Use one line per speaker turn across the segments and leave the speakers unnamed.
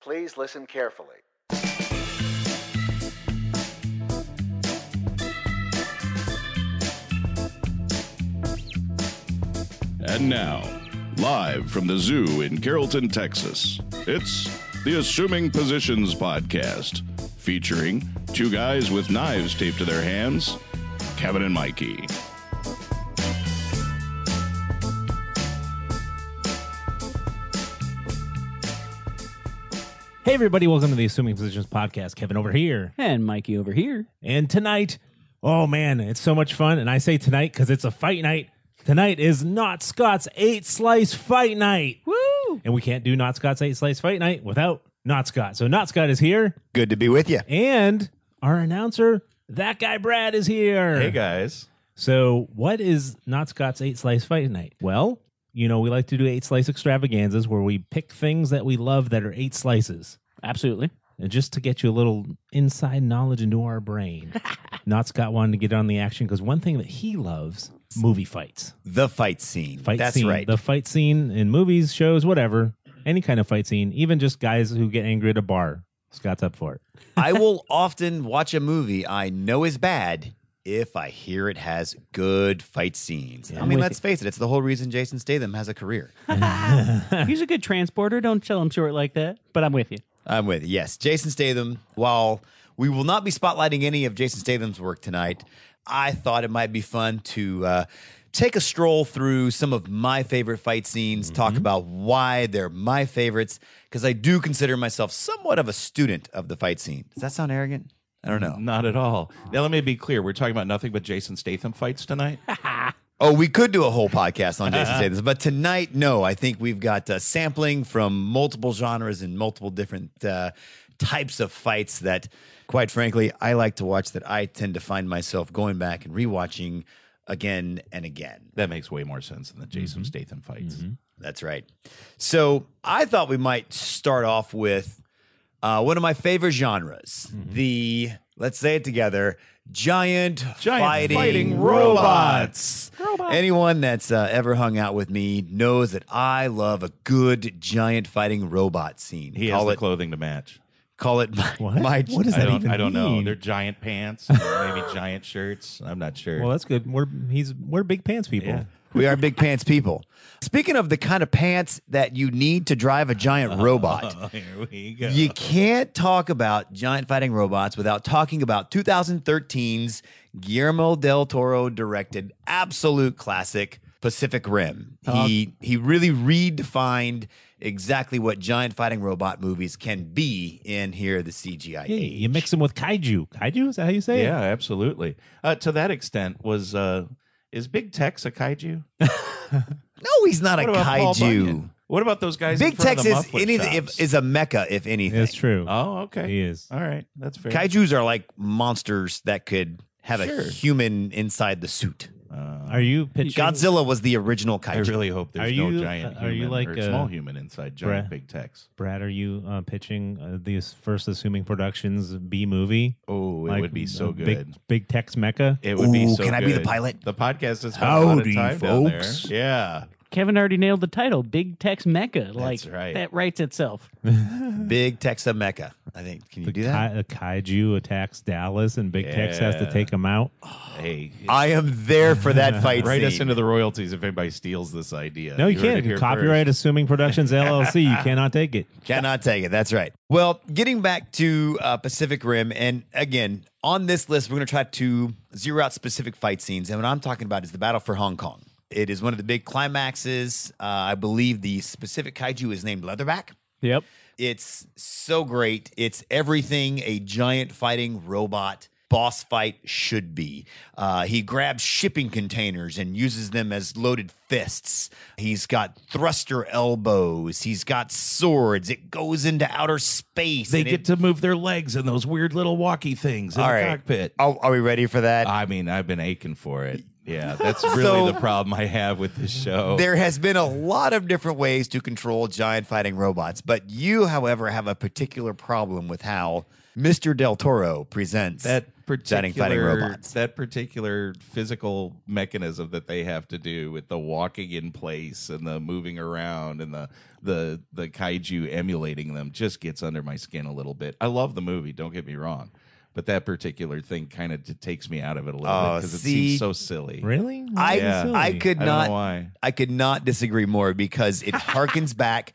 Please listen carefully.
And now, live from the zoo in Carrollton, Texas, it's the Assuming Positions podcast, featuring two guys with knives taped to their hands, Kevin and Mikey.
Hey, everybody, welcome to the Assuming Positions Podcast. Kevin over here.
And Mikey over here.
And tonight, oh man, it's so much fun. And I say tonight because it's a fight night. Tonight is Not Scott's Eight Slice Fight Night.
Woo!
And we can't do Not Scott's Eight Slice Fight Night without Not Scott. So Not Scott is here,
Good to be with you.
and our announcer, that guy Brad, is here.
Hey guys.
So, what is Not Scott's Eight Slice Fight Night? Well, you know, we like to do eight slice extravaganzas where we pick things that we love that are eight slices.
Absolutely.
And just to get you a little inside knowledge into our brain, Not Scott wanted to get on the action because one thing that he loves movie fights.
The fight scene.
Fight
That's
scene.
right.
The fight scene in movies, shows, whatever, any kind of fight scene, even just guys who get angry at a bar. Scott's up for it.
I will often watch a movie I know is bad if I hear it has good fight scenes. I mean,
with
let's face it, it's the whole reason Jason Statham has a career.
He's a good transporter. Don't sell him short like that. But I'm with you.
I'm with you. Yes, Jason Statham. While we will not be spotlighting any of Jason Statham's work tonight, I thought it might be fun to uh, take a stroll through some of my favorite fight scenes,
Mm-hmm.
talk about why they're my favorites, because I do consider myself somewhat of a student of the fight scene. Does that sound arrogant? I don't know.
Not at all. Now let me be clear. We're talking about nothing but Jason Statham fights tonight.
Oh, we could do a whole podcast on Jason Statham, but tonight, no. I think we've got uh, sampling from multiple genres and multiple different uh, types of fights that, quite frankly, I like to watch. That I tend to find myself going back and rewatching again and again.
that makes way more sense than the Jason Statham fights.
That's right. So I thought we might start off with uh, one of my favorite genres: the let's say it together, giant,
Giant
fighting,
fighting
robots.
Robots.
Anyone that's uh, ever hung out with me knows that I love a good giant fighting robot scene.
He has
call
the
it
clothing to match.
call it my,
What?
my
What is
I
that
don't,
even
I don't know.
mean?
They're giant pants, or maybe giant shirts. I'm not sure.
Well, that's good. We're he's we're big pants people.
Yeah.
We are big pants people. Speaking of the kind of pants that you need to drive a giant robot.
Oh, here we go.
You can't talk about giant fighting robots without talking about 2013's Guillermo del Toro directed absolute classic Pacific Rim.
Uh-huh.
He he really redefined exactly what giant fighting robot movies can be in here the CGI.
Hey,
age.
you mix them with kaiju. Kaiju is that how you say
yeah, absolutely. Uh, to that extent, was uh, is Big Tex a kaiju?
No, he's not
What
a
about Paul
kaiju.
Bunyan? What about those guys? in
Big
front
Tex
of the
is
muffler
anything if,
shops?
is a mecca if
it?
anything.
It's true.
oh, okay.
he is.
All right, that's fair.
Kaiju's are like monsters that could have
Sure.
a human inside the suit.
Uh,
Are you pitching
Godzilla was the original
I
kaiju.
really hope there's
Are
no
you-
giant.
are you
human
like
or
a-
small human inside giant
Bruh.
Big Tex?
Brad? Are you uh, pitching uh, these first assuming productions B movie?
Oh, it
Like
would be so
a
good.
Big, big Tex Mecca.
It would be
Ooh,
so
can I be the
good.
pilot?
The podcast has spent a lot of
Howdy,
time down there.
folks.
Yeah.
Kevin already nailed the title Big Tex Mecca. Like,
right.
that writes itself.
Big Texa Mecca. I think. Can you do that?
Ki- a uh, kaiju attacks Dallas, and Big Tex has to
Yeah.
take him out.
Hey,
I am there for that fight
write us
scene.
into the royalties if anybody steals this idea.
No, you,
heard it
can't.
here
Copyright
first.
Assuming Productions LLC. You cannot take it.
Cannot take it. That's right. Well, getting back to uh, Pacific Rim, and again, on this list, we're going to try to zero out specific fight scenes. And what I'm talking about is the battle for Hong Kong. It is one of the big climaxes. Uh, I believe the specific kaiju is named Leatherback.
Yep.
It's so great. It's everything a giant fighting robot boss fight should be. Uh, he grabs shipping containers and uses them as loaded fists. He's got thruster elbows. He's got swords. It goes into outer space.
They
and
get
it-
to move their legs in those weird little walkie things in
All
the
right.
cockpit.
Oh, are we ready for that?
I mean, I've been aching for it. Yeah, that's really
So-
the problem I have with this show.
There has been a lot of different ways to control giant fighting robots, but you, however, have a particular problem with how Mr. Del Toro presents
that particular
giant fighting robots.
that particular physical mechanism that they have to do with the walking in place and the moving around and the the the kaiju emulating them just gets under my skin a little bit. I love the movie, don't get me wrong, but that particular thing kind of takes me out of it a little
Oh,
bit because it
see?
seems so silly.
Really?
I
Yeah.
I could
I don't
not
know why.
I could not disagree more because it harkens back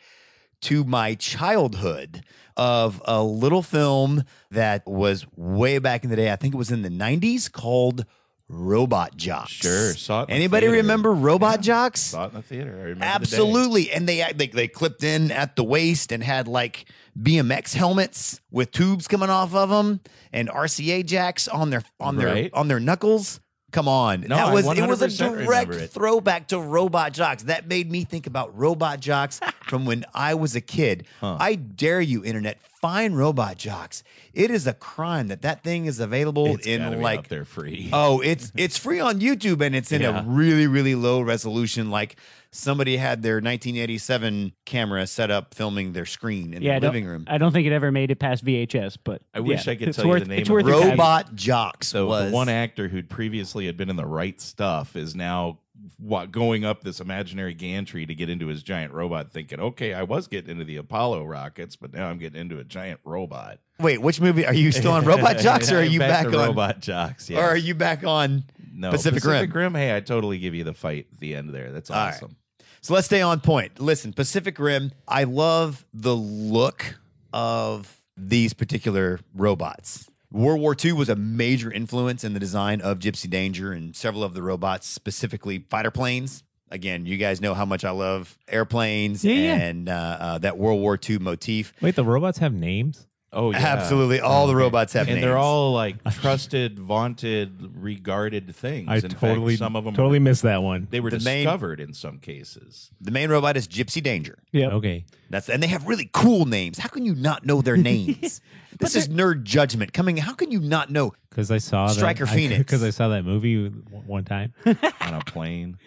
to my childhood of a little film that was way back in the day. I think it was in the 90s called Robot Jocks.
Sure, saw it in the
Anybody
theater.
remember Robot Jocks?
Saw it in the theater. I remember The day.
Absolutely. And they, act- they they clipped in at the waist and had like BMX helmets with tubes coming off of them and RCA jacks on their on their
Right.
on their knuckles. Come on.
No,
that
I
was it was a
100% remember
direct
it.
throwback to robot jocks. That made me think about robot jocks from when I was a kid. I dare you internet find robot jocks. It is a crime that that thing is available
It's gotta
in
be
like
out there free.
Oh, it's it's free on YouTube and it's in
Yeah.
a really really low resolution. Like somebody had their 1987 camera set up filming their screen in
Yeah, I
their
don't,
living room.
I don't think it ever made it past VHS, but
I wish
yeah,
I could
it's
tell you
worth,
the name
It's
of
worth
it.
your time.
Robot Jocks
So
was
the one actor who'd previously had been in the right stuff is now wa going up this imaginary gantry to get into his giant robot, thinking, "Okay, I was getting into the Apollo rockets, but now I'm getting into a giant robot."
Wait, which movie are you still on Robot Jocks or are
I'm
you back,
to
on
Robot Jocks? Yeah.
or are you back on
no,
Pacific Rim?
Hey, I totally give you the fight at the end there. That's
All right.
awesome.
So let's stay on point. Listen, Pacific Rim, I love the look of these particular robots. World War II was a major influence in the design of Gypsy Danger and several of the robots, specifically fighter planes. Again, you guys know how much I love airplanes
Yeah, yeah.
and Uh, uh, that World War II motif.
Wait, the robots have names?
Oh, yeah.
Absolutely, all the robots have
And
names.
they're all like trusted, vaunted, regarded things.
I
In fact,
totally
some of them
totally missed that one.
they were
The main-
discovered in some cases.
the main robot is Gypsy Danger.
Yep.
Okay.
That's and they have really cool names. How can you not know their names? this is nerd judgment coming. How can you not know
Because I saw that-
Striker
I-
Phoenix.
Because I saw that movie one one time.
on a plane.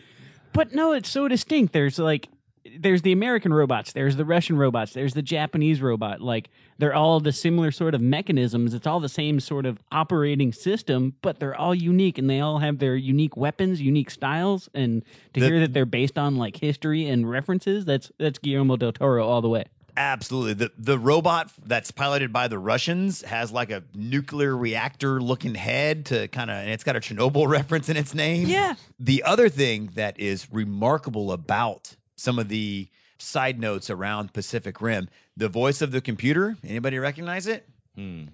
But no, it's so distinct. There's like there's the American robots, there's the Russian robots, there's the Japanese robot. Like they're all the similar sort of mechanisms. It's all the same sort of operating system, but they're all unique and they all have their unique weapons, unique styles, and to
The-
hear that they're based on like history and references, that's that's Guillermo del Toro all the way.
Absolutely. The the robot that's piloted by the Russians has like a nuclear reactor looking head to kind of and it's got a Chernobyl reference in its name.
Yeah.
The other thing that is remarkable about some of the side notes around Pacific Rim, the voice of the computer, anybody recognize it?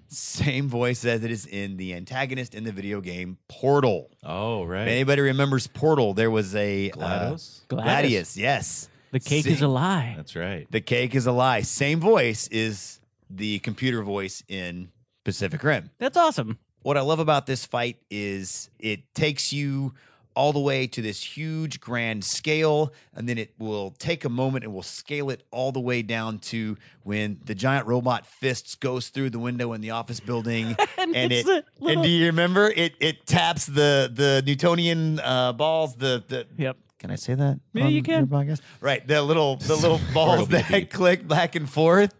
Same voice as it is in the antagonist in the video game Portal.
Oh, right.
If anybody remembers Portal, there was a uh,
GLaDOS?
Gladius, yes.
The cake
Sing-
is a lie.
Uh, That's right.
the cake is a lie. Same voice is the computer voice in Pacific Rim.
That's awesome.
What I love about this fight is it takes you all the way to this huge grand scale, and then it will take a moment and will scale it all the way down to when the giant robot fists goes through the window in the office building, and,
it's
it.
a
And
little-
do you remember it? It taps the the Newtonian uh, balls. The the
Yep.
can I say that?
Yeah, you
on
can.
your podcast? Right, the little the little balls
Probably
that click back and forth,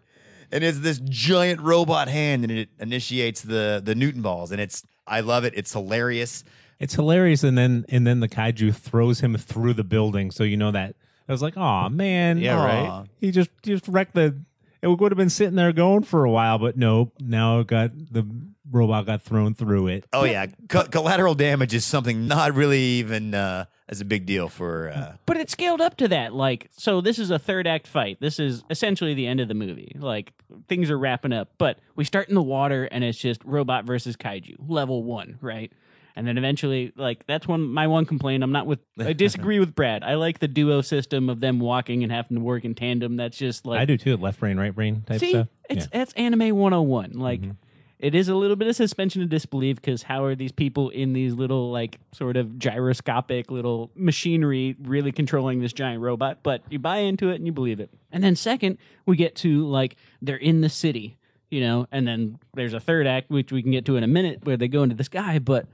and it's this giant robot hand, and it initiates the the Newton balls, and it's I love it. It's hilarious.
It's hilarious, and then and then the kaiju throws him through the building. So you know that I was like, "Oh man,
Yeah,
aw."
right.
He just just wrecked the. It would have been sitting there going for a while, but nope. Now it got the robot got thrown through it.
Oh yeah, Co- collateral damage is something not really even uh, as a big deal for. Uh,
But it scaled up to that. Like, so this is a third act fight. This is essentially the end of the movie. Like, things are wrapping up. But we start in the water, and it's just robot versus kaiju, level one, right? And then eventually, like, that's one my one complaint. I'm not with. I disagree with Brad. I like the duo system of them walking and having to work in tandem. That's just like
I do too. Left brain, right brain type
See,
stuff.
it's
Yeah. Mm-hmm.
that's anime 101. Like it is a little bit of suspension of disbelief because how are these people in these little like sort of gyroscopic little machinery really controlling this giant robot? But you buy into it and you believe it. And then second, we get to like they're in the city, you know, and then there's a third act which we can get to in a minute where they go into the sky, but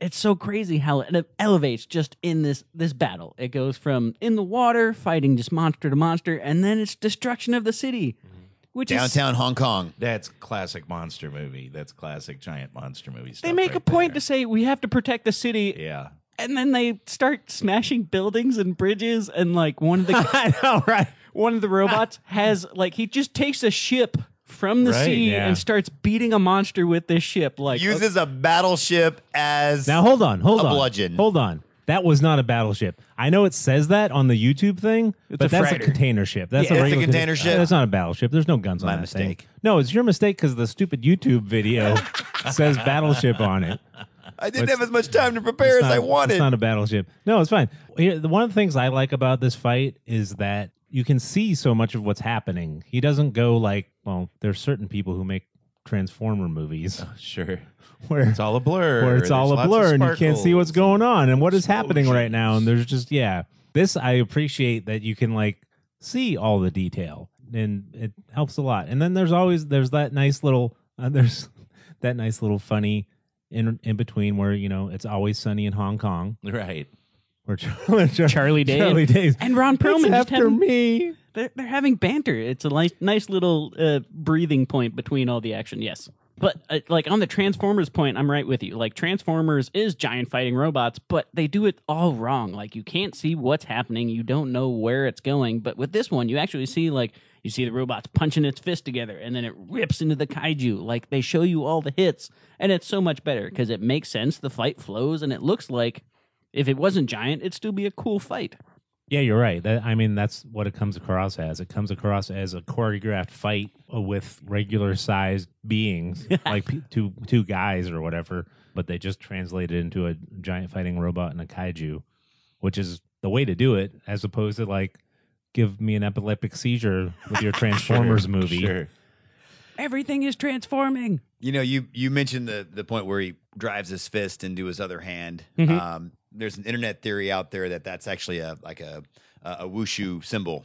it's so crazy how it elevates just in this this battle. It goes from in the water fighting just monster to monster, and then it's destruction of the city,
Mm-hmm.
which is
Downtown Hong Kong.
That's classic monster movie. That's classic giant monster movie.
they
stuff
make
right
a point
there.
to say we have to protect the city,
yeah.
and then they start smashing buildings and bridges, and like one of the
I know, right?
one of the robots has like he just takes a ship from the
Right,
sea
yeah.
and starts beating a monster with this ship. Like
Uses a battleship as
Now hold on, hold
A
on,
bludgeon.
hold on. That was not a battleship. I know it says that on the YouTube thing,
a
but that's
freighter.
a container ship. That's
Yeah, it's
a
a
regular
container
uh,
ship.
That's not a battleship. There's no guns
My
on that
mistake.
thing. No, it's your mistake because the stupid YouTube video says battleship on it.
I didn't have as much time to prepare as
It's
I
not- It's
wanted.
not a battleship. No, it's fine. Here, the- one of the things I like about this fight is that you can see so much of what's happening. He doesn't go like, well, there's certain people who make Transformer movies
Sure.
where
It's all a blur.
where it's all
There's
a
lots
blur
of
and you can't see what's
sparkles.
going on and what is happening right
explosions.
now. And there's just yeah, this I appreciate that you can like see all the detail and it helps a lot. And then there's always there's that nice little uh, there's that nice little funny in in between where you know it's always sunny in Hong Kong
Right.
where Charlie
Charlie Day
Charlie Day's
and Ron
"It's
Perlman just
after
having,
me.
they're, they're having banter. It's a nice nice little uh, breathing point between all the action. Yes. But uh, like on the Transformers point, I'm right with you. Like Transformers is giant fighting robots, but they do it all wrong. Like you can't see what's happening, you don't know where it's going. But with this one, you actually see like you see the robots punching its fist together, and then it rips into the kaiju. Like they show you all the hits, and it's so much better because it makes sense. The fight flows, and it looks like if it wasn't giant, it'd still be a cool fight.
Yeah, you're right. That, I mean, that's what it comes across as. It comes across as a choreographed fight with regular sized beings, like pe- two two guys or whatever, but they just translate it into a giant fighting robot and a kaiju, which is the way to do it, as opposed to like give me an epileptic seizure with your Transformers movie.
Sure.
Everything is transforming.
You know, you you mentioned the the point where he drives his fist into his other hand.
Mhm.
Um, there's an internet theory out there that that's actually a like a a wushu symbol.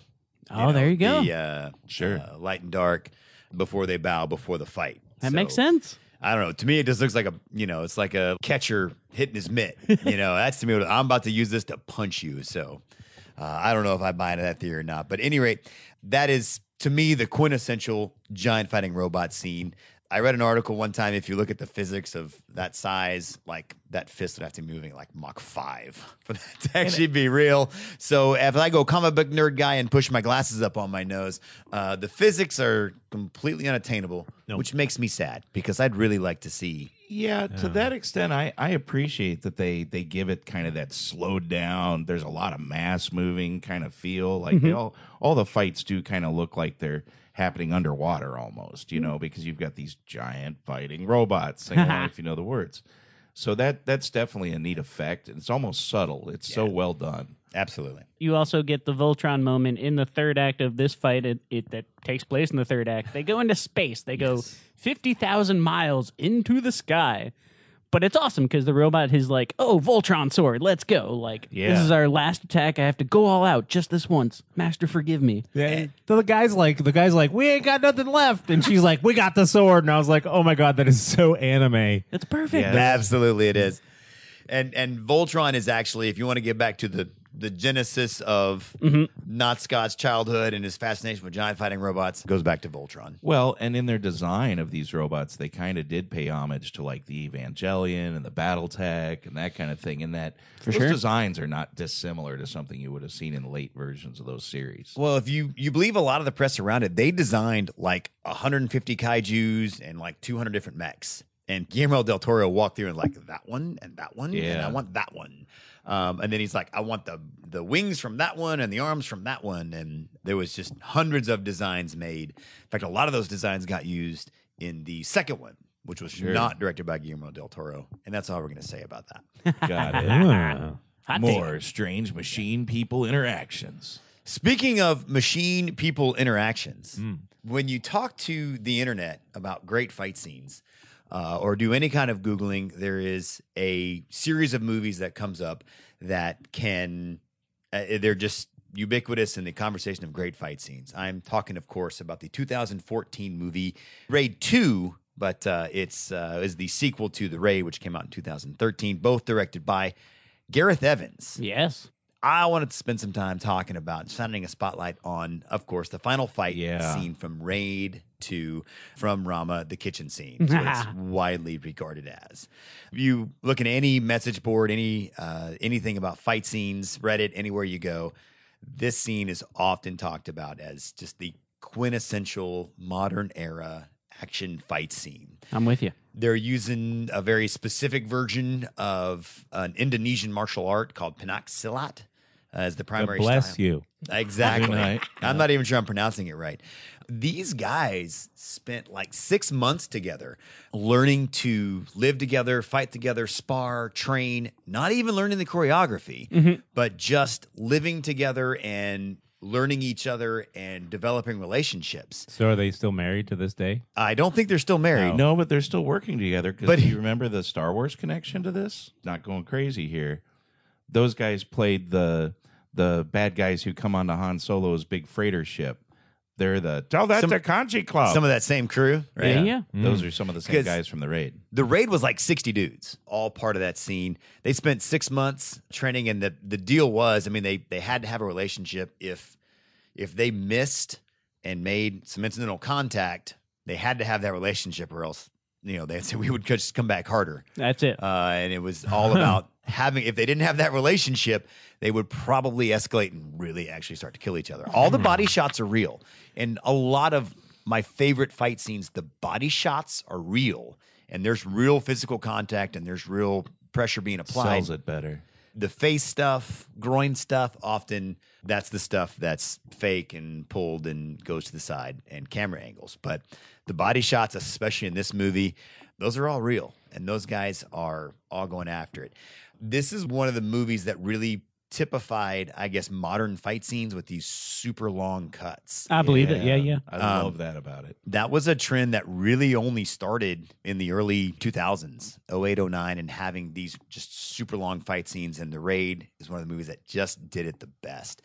Oh, there you go.
The, uh,
Sure.
uh, light and dark before they bow before the fight.
that
So,
makes sense.
I don't know. To me, it just looks like a you know, it's like a catcher hitting his mitt. you know, that's to me. What, I'm about to use this to punch you. So uh, I don't know if I buy into that theory or not. But at any rate, that is to me the quintessential giant fighting robot scene. I read an article one time. If you look at the physics of that size, like that fist would have to be moving like Mach five for that to actually be real. So if I go comic book nerd guy and push my glasses up on my nose, uh, the physics are completely unattainable, which makes me sad because I'd really like to see.
Yeah, to that extent, I, I appreciate that they they give it kind of that slowed down. There's a lot of mass moving kind of feel. Like they all all the fights do kind of look like they're happening underwater almost, you know, because you've got these giant fighting robots. Sing along if you know the words. So that that's definitely a neat effect, and it's almost subtle. It's so well done.
Absolutely.
You also get the Voltron moment in the third act of this fight it, it, that takes place in the third act. They go into space. They go 50,000 miles into the sky. But it's awesome because the robot is like, oh, Voltron sword, let's go. Like, this
Yeah.
is our last attack. I have to go all out just this once. Master, forgive me.
Yeah. So the guy's like, the guy's like, we ain't got nothing left, and she's like, we got the sword, and I was like, oh my god, that is so anime.
It's perfect.
Yeah.
Absolutely, it is. And and Voltron is actually, if you want to get back to the the genesis of not Scott's childhood and his fascination with giant fighting robots, goes back to Voltron.
Well, and in their design of these robots, they kind of did pay homage to like the Evangelion and the BattleTech and that kind of thing. And that those
sure.
designs are not dissimilar to something you would have seen in late versions of those series.
Well, if you you believe a lot of the press around it, they designed like 150 kaiju's and like 200 different mechs. And Guillermo del Toro walked through and like that one and that one, and
Yeah.
I want that one. Um, and then he's like, I want the the wings from that one and the arms from that one. And there was just hundreds of designs made. In fact, a lot of those designs got used in the second one, which was not directed by Guillermo del Toro. And that's all we're gonna say about that.
Got it.
Ah.
Hot take.
More strange machine people interactions.
Speaking of machine people interactions, when you talk to the internet about great fight scenes uh, or do any kind of Googling, there is a series of movies that comes up that can, uh, they're just ubiquitous in the conversation of great fight scenes. I'm talking, of course, about the 2014 movie Raid 2 but uh, it's uh, is the sequel to The Raid, which came out in 2013. Both directed by Gareth Evans.
Yes.
I wanted to spend some time talking about shining a spotlight on, of course, the final fight
Yeah.
scene from Raid to from Rama, the kitchen scene. is what it's widely regarded as. You look at any message board, any uh, anything about fight scenes, Reddit, anywhere you go, this scene is often talked about as just the quintessential modern era action fight scene
I'm with you.
they're using a very specific version of an Indonesian martial art called Pinak Silat as the
God
primary
bless
style.
you.
Exactly.
Right.
I'm not even sure I'm pronouncing it right. These guys spent like six months together learning to live together, fight together, spar, train, not even learning the choreography,
Mm-hmm.
but just living together and learning each other and developing relationships.
So are they still married to this day?
I don't think they're still married.
No, but they're still working together. Because
But-
do you remember the Star Wars connection to this? Not going crazy here. Those guys played the the bad guys who come onto Han Solo's big freighter ship. They're the tell that
Some-
to Kanji Club. Mm-hmm.
Some of that same crew, right?
Yeah. yeah.
Those are some of the same
'Cause-
guys from the raid.
the raid was like 60 dudes all part of that scene they spent six months training and the, the deal was i mean they they had to have a relationship if if they missed and made some incidental contact they had to have that relationship or else you know they said we would just come back harder
That's it.
uh, and it was all about having if they didn't have that relationship they would probably escalate and really actually start to kill each other all the body shots are real and a lot of my favorite fight scenes the body shots are real and there's real physical contact and there's real pressure being applied
Sells it better.
the face stuff groin stuff often that's the stuff that's fake and pulled and goes to the side and camera angles but the body shots especially in this movie those are all real and those guys are all going after it this is one of the movies that really typified i guess modern fight scenes with these super long cuts
I believe it. Yeah, yeah.
I
Um,
love that about it.
that was a trend that really only started in the early 2000s 08 09 and having these just super long fight scenes and the raid is one of the movies that just did it the best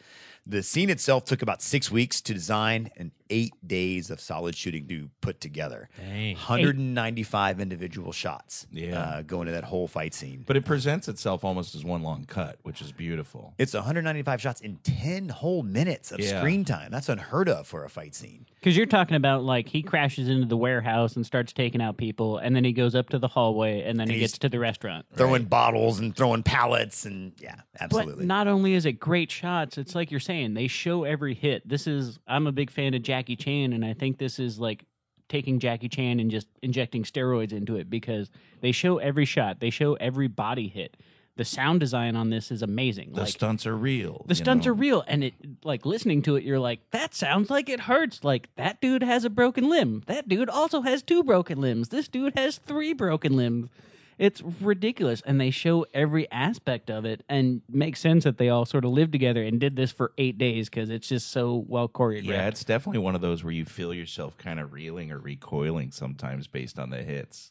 the scene itself took about six weeks to design and eight days of solid shooting to put together
Dang.
195 individual shots
Yeah.
uh, going to that whole fight scene
But it presents itself almost as one long cut, which is beautiful.
it's 195 shots in 10 whole minutes of
Yeah.
screen time that's unheard of for a fight scene
Because you're talking about like he crashes into the warehouse and starts taking out people, and then he goes up to the hallway, and then he
he's-
gets to the restaurant.
throwing bottles and throwing pallets and yeah
But
absolutely
not only is it great shots, it's like you're saying they show every hit. This is I'm a big fan of Jackie Chan, and I think this is like taking Jackie Chan and just injecting steroids into it because they show every shot, they show every body hit. The sound design on this is amazing.
The
like,
stunts are real.
the
you
stunts
know.
are real and it like listening to it you're like that sounds like it hurts like that dude has a broken limb that dude also has two broken limbs this dude has three broken limbs it's ridiculous and they show every aspect of it and makes sense that they all sort of lived together and did this for eight days because it's just so well choreographed
Yeah, it's definitely one of those where you feel yourself kind of reeling or recoiling sometimes based on the hits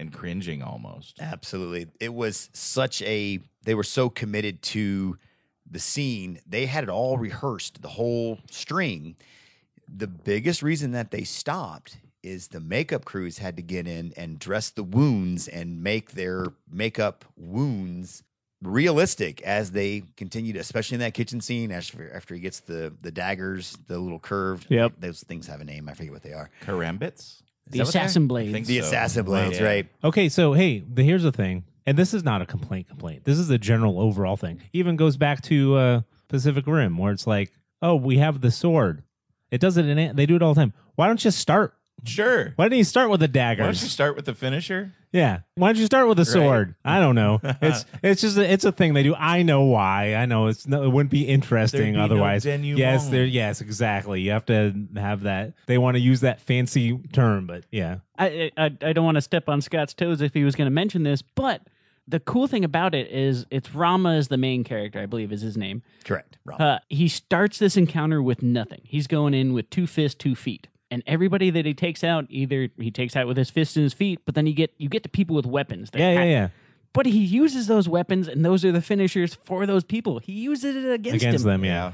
and cringing
Uh,
almost.
Absolutely. It was such a they were so committed to the scene. They had it all rehearsed, the whole string. The biggest reason that they stopped is the makeup crews had to get in and dress the wounds and make their makeup wounds realistic as they continued, especially in that kitchen scene after after he gets the the daggers, the little curved.
Yep.
Those things have a name. I forget what they are.
Karambits?
Is
the
that what they are?
assassin
I think
blades
The
so.
assassin blades,
Yeah.
right?
Okay, so hey, the, here's the thing, and this is not a complaint. Complaint. This is a general overall thing. Even goes back to uh, Pacific Rim, where it's like, oh, we have the sword. It does it in it. They do it all the time. Why don't you start?
Sure.
Why didn't you start with the
Why don't you
daggers?
start with the finisher?
yeah. Why don't you start with a sword? I don't know. It's it's just a, it's a thing they do. I know why. I know it's no, it wouldn't be interesting
There'd be no
otherwise.
denouement.
yes, there. Yes, exactly. You have to have that. They want to use that fancy term, but yeah.
I, I I don't want to step on Scott's toes if he was going to mention this, but the cool thing about it is it's Rama is the main character, I believe is his name.
Correct. Wrong.
Uh, he starts this encounter with nothing. He's going in with two fists, two feet, and everybody that he takes out, either he takes out with his fists and his feet, but then you get you get to people with weapons. that
Yeah, yeah,
ha-
yeah.
But he uses those weapons, and those are the finishers for those people. He uses it against,
Against
him.
them, yeah.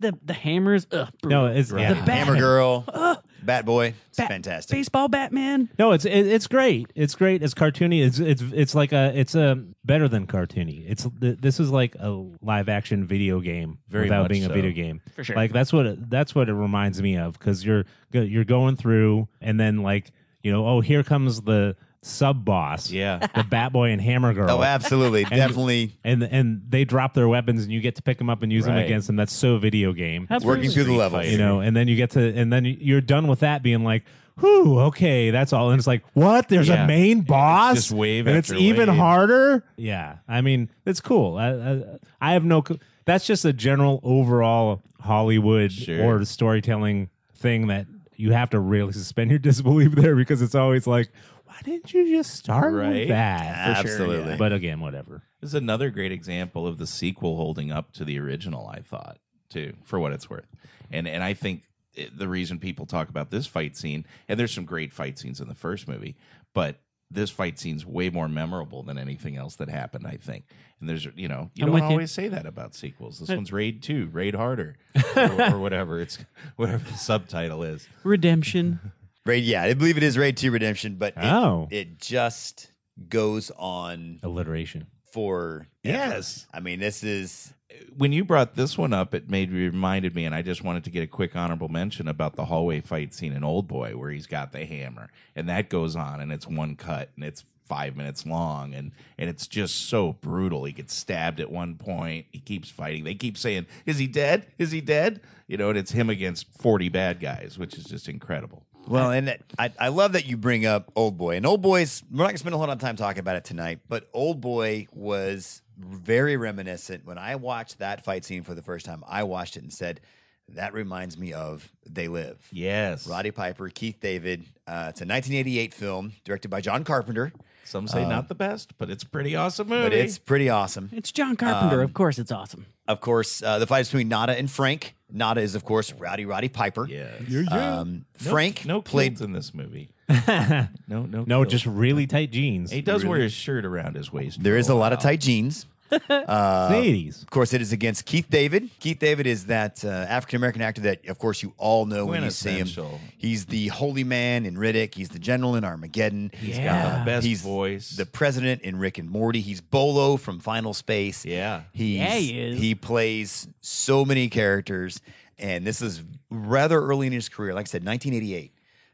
The the hammers, ugh,
No,
brutal.
it's
Right.
yeah.
The
Hammer
bat.
girl. Bat Boy. It's
Bat-
fantastic.
Baseball Batman.
No, it's it, it's great. It's great. It's cartoony. It's it's it's like a it's a better than cartoony. It's th- this is like a live action video game
Very
without
much
being
so.
a video game.
For sure.
Like that's what it, that's what it reminds me of because you're go- you're going through and then like you know oh here comes the sub boss
Yeah.
the Bat Boy and Hammer Girl
Oh, absolutely. Definitely
and and they drop their weapons and you get to pick them up and use them
Right.
against them. That's so video game
working through the
Street
levels.
Fighter.
you know and then you get to and then you're done with that being like whew okay that's all and it's like what there's
Yeah.
a main boss
just wave
and it's
after
even
wave.
harder yeah i mean it's cool i, I, I have no co- that's just a general overall hollywood
Sure.
or storytelling thing that you have to really suspend your disbelief there because it's always like why didn't you just start
Right.
with that
Absolutely. yeah.
but again whatever
This is another great example of the sequel holding up to the original. I thought too, for what it's worth, and and I think it, the reason people talk about this fight scene, and there's some great fight scenes in the first movie, but this fight scene's way more memorable than anything else that happened. I think, and there's you know you
I'm
don't
with you.
always say that about sequels. This one's Raid Two, Raid Harder, or, or whatever it's whatever the subtitle is.
Redemption.
Raid, yeah, I believe it is Raid 2 Redemption, but it,
Oh.
it just goes on
alliteration
for
Yes.
I mean, this is
when you brought this one up, it made me reminded me, and I just wanted to get a quick honorable mention about the hallway fight scene in Old Boy, where he's got the hammer, and that goes on, and it's one cut, and it's five minutes long, and and it's just so brutal. He gets stabbed at one point. He keeps fighting. They keep saying, "Is he dead? Is he dead?" You know, and it's him against forty bad guys, which is just incredible.
Well, and that- I, I love that you bring up Old Boy. And Old Boy's, we're not going to spend a whole lot of time talking about it tonight, but Old Boy was very reminiscent. When I watched that fight scene for the first time, I watched it and said, that reminds me of They Live.
Yes,
Roddy Piper, Keith David. Uh, it's a 1988 film directed by John Carpenter,
Some say not the best, but it's a pretty awesome movie.
Uh, but it's pretty awesome.
It's John Carpenter.
Um,
of course, it's awesome.
Of course, uh, the fight is between Nada and Frank. Nada is, of course, Rowdy Roddy Piper.
yes.
Um,
No-
Frank
no
played
kids in this movie. no, no,
no
kills.
just really tight jeans
He does wear his shirt around his waist.
There
for
is a lot of
while.
tight jeans.
It's the 80s
Of course, it is against Keith David. Keith David is that uh, African American actor that, of course, you all know when you see him.
Quintessential.
He's the holy man in Riddick. He's the general in Armageddon. He's
got the best
He's
voice.
The president in Rick and Morty. He's Bolo from Final Space.
Yeah.
He's,
Yeah, he is.
plays so many characters. And this is rather early in his career. Like I said, 1988.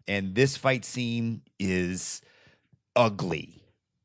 And this fight scene is ugly.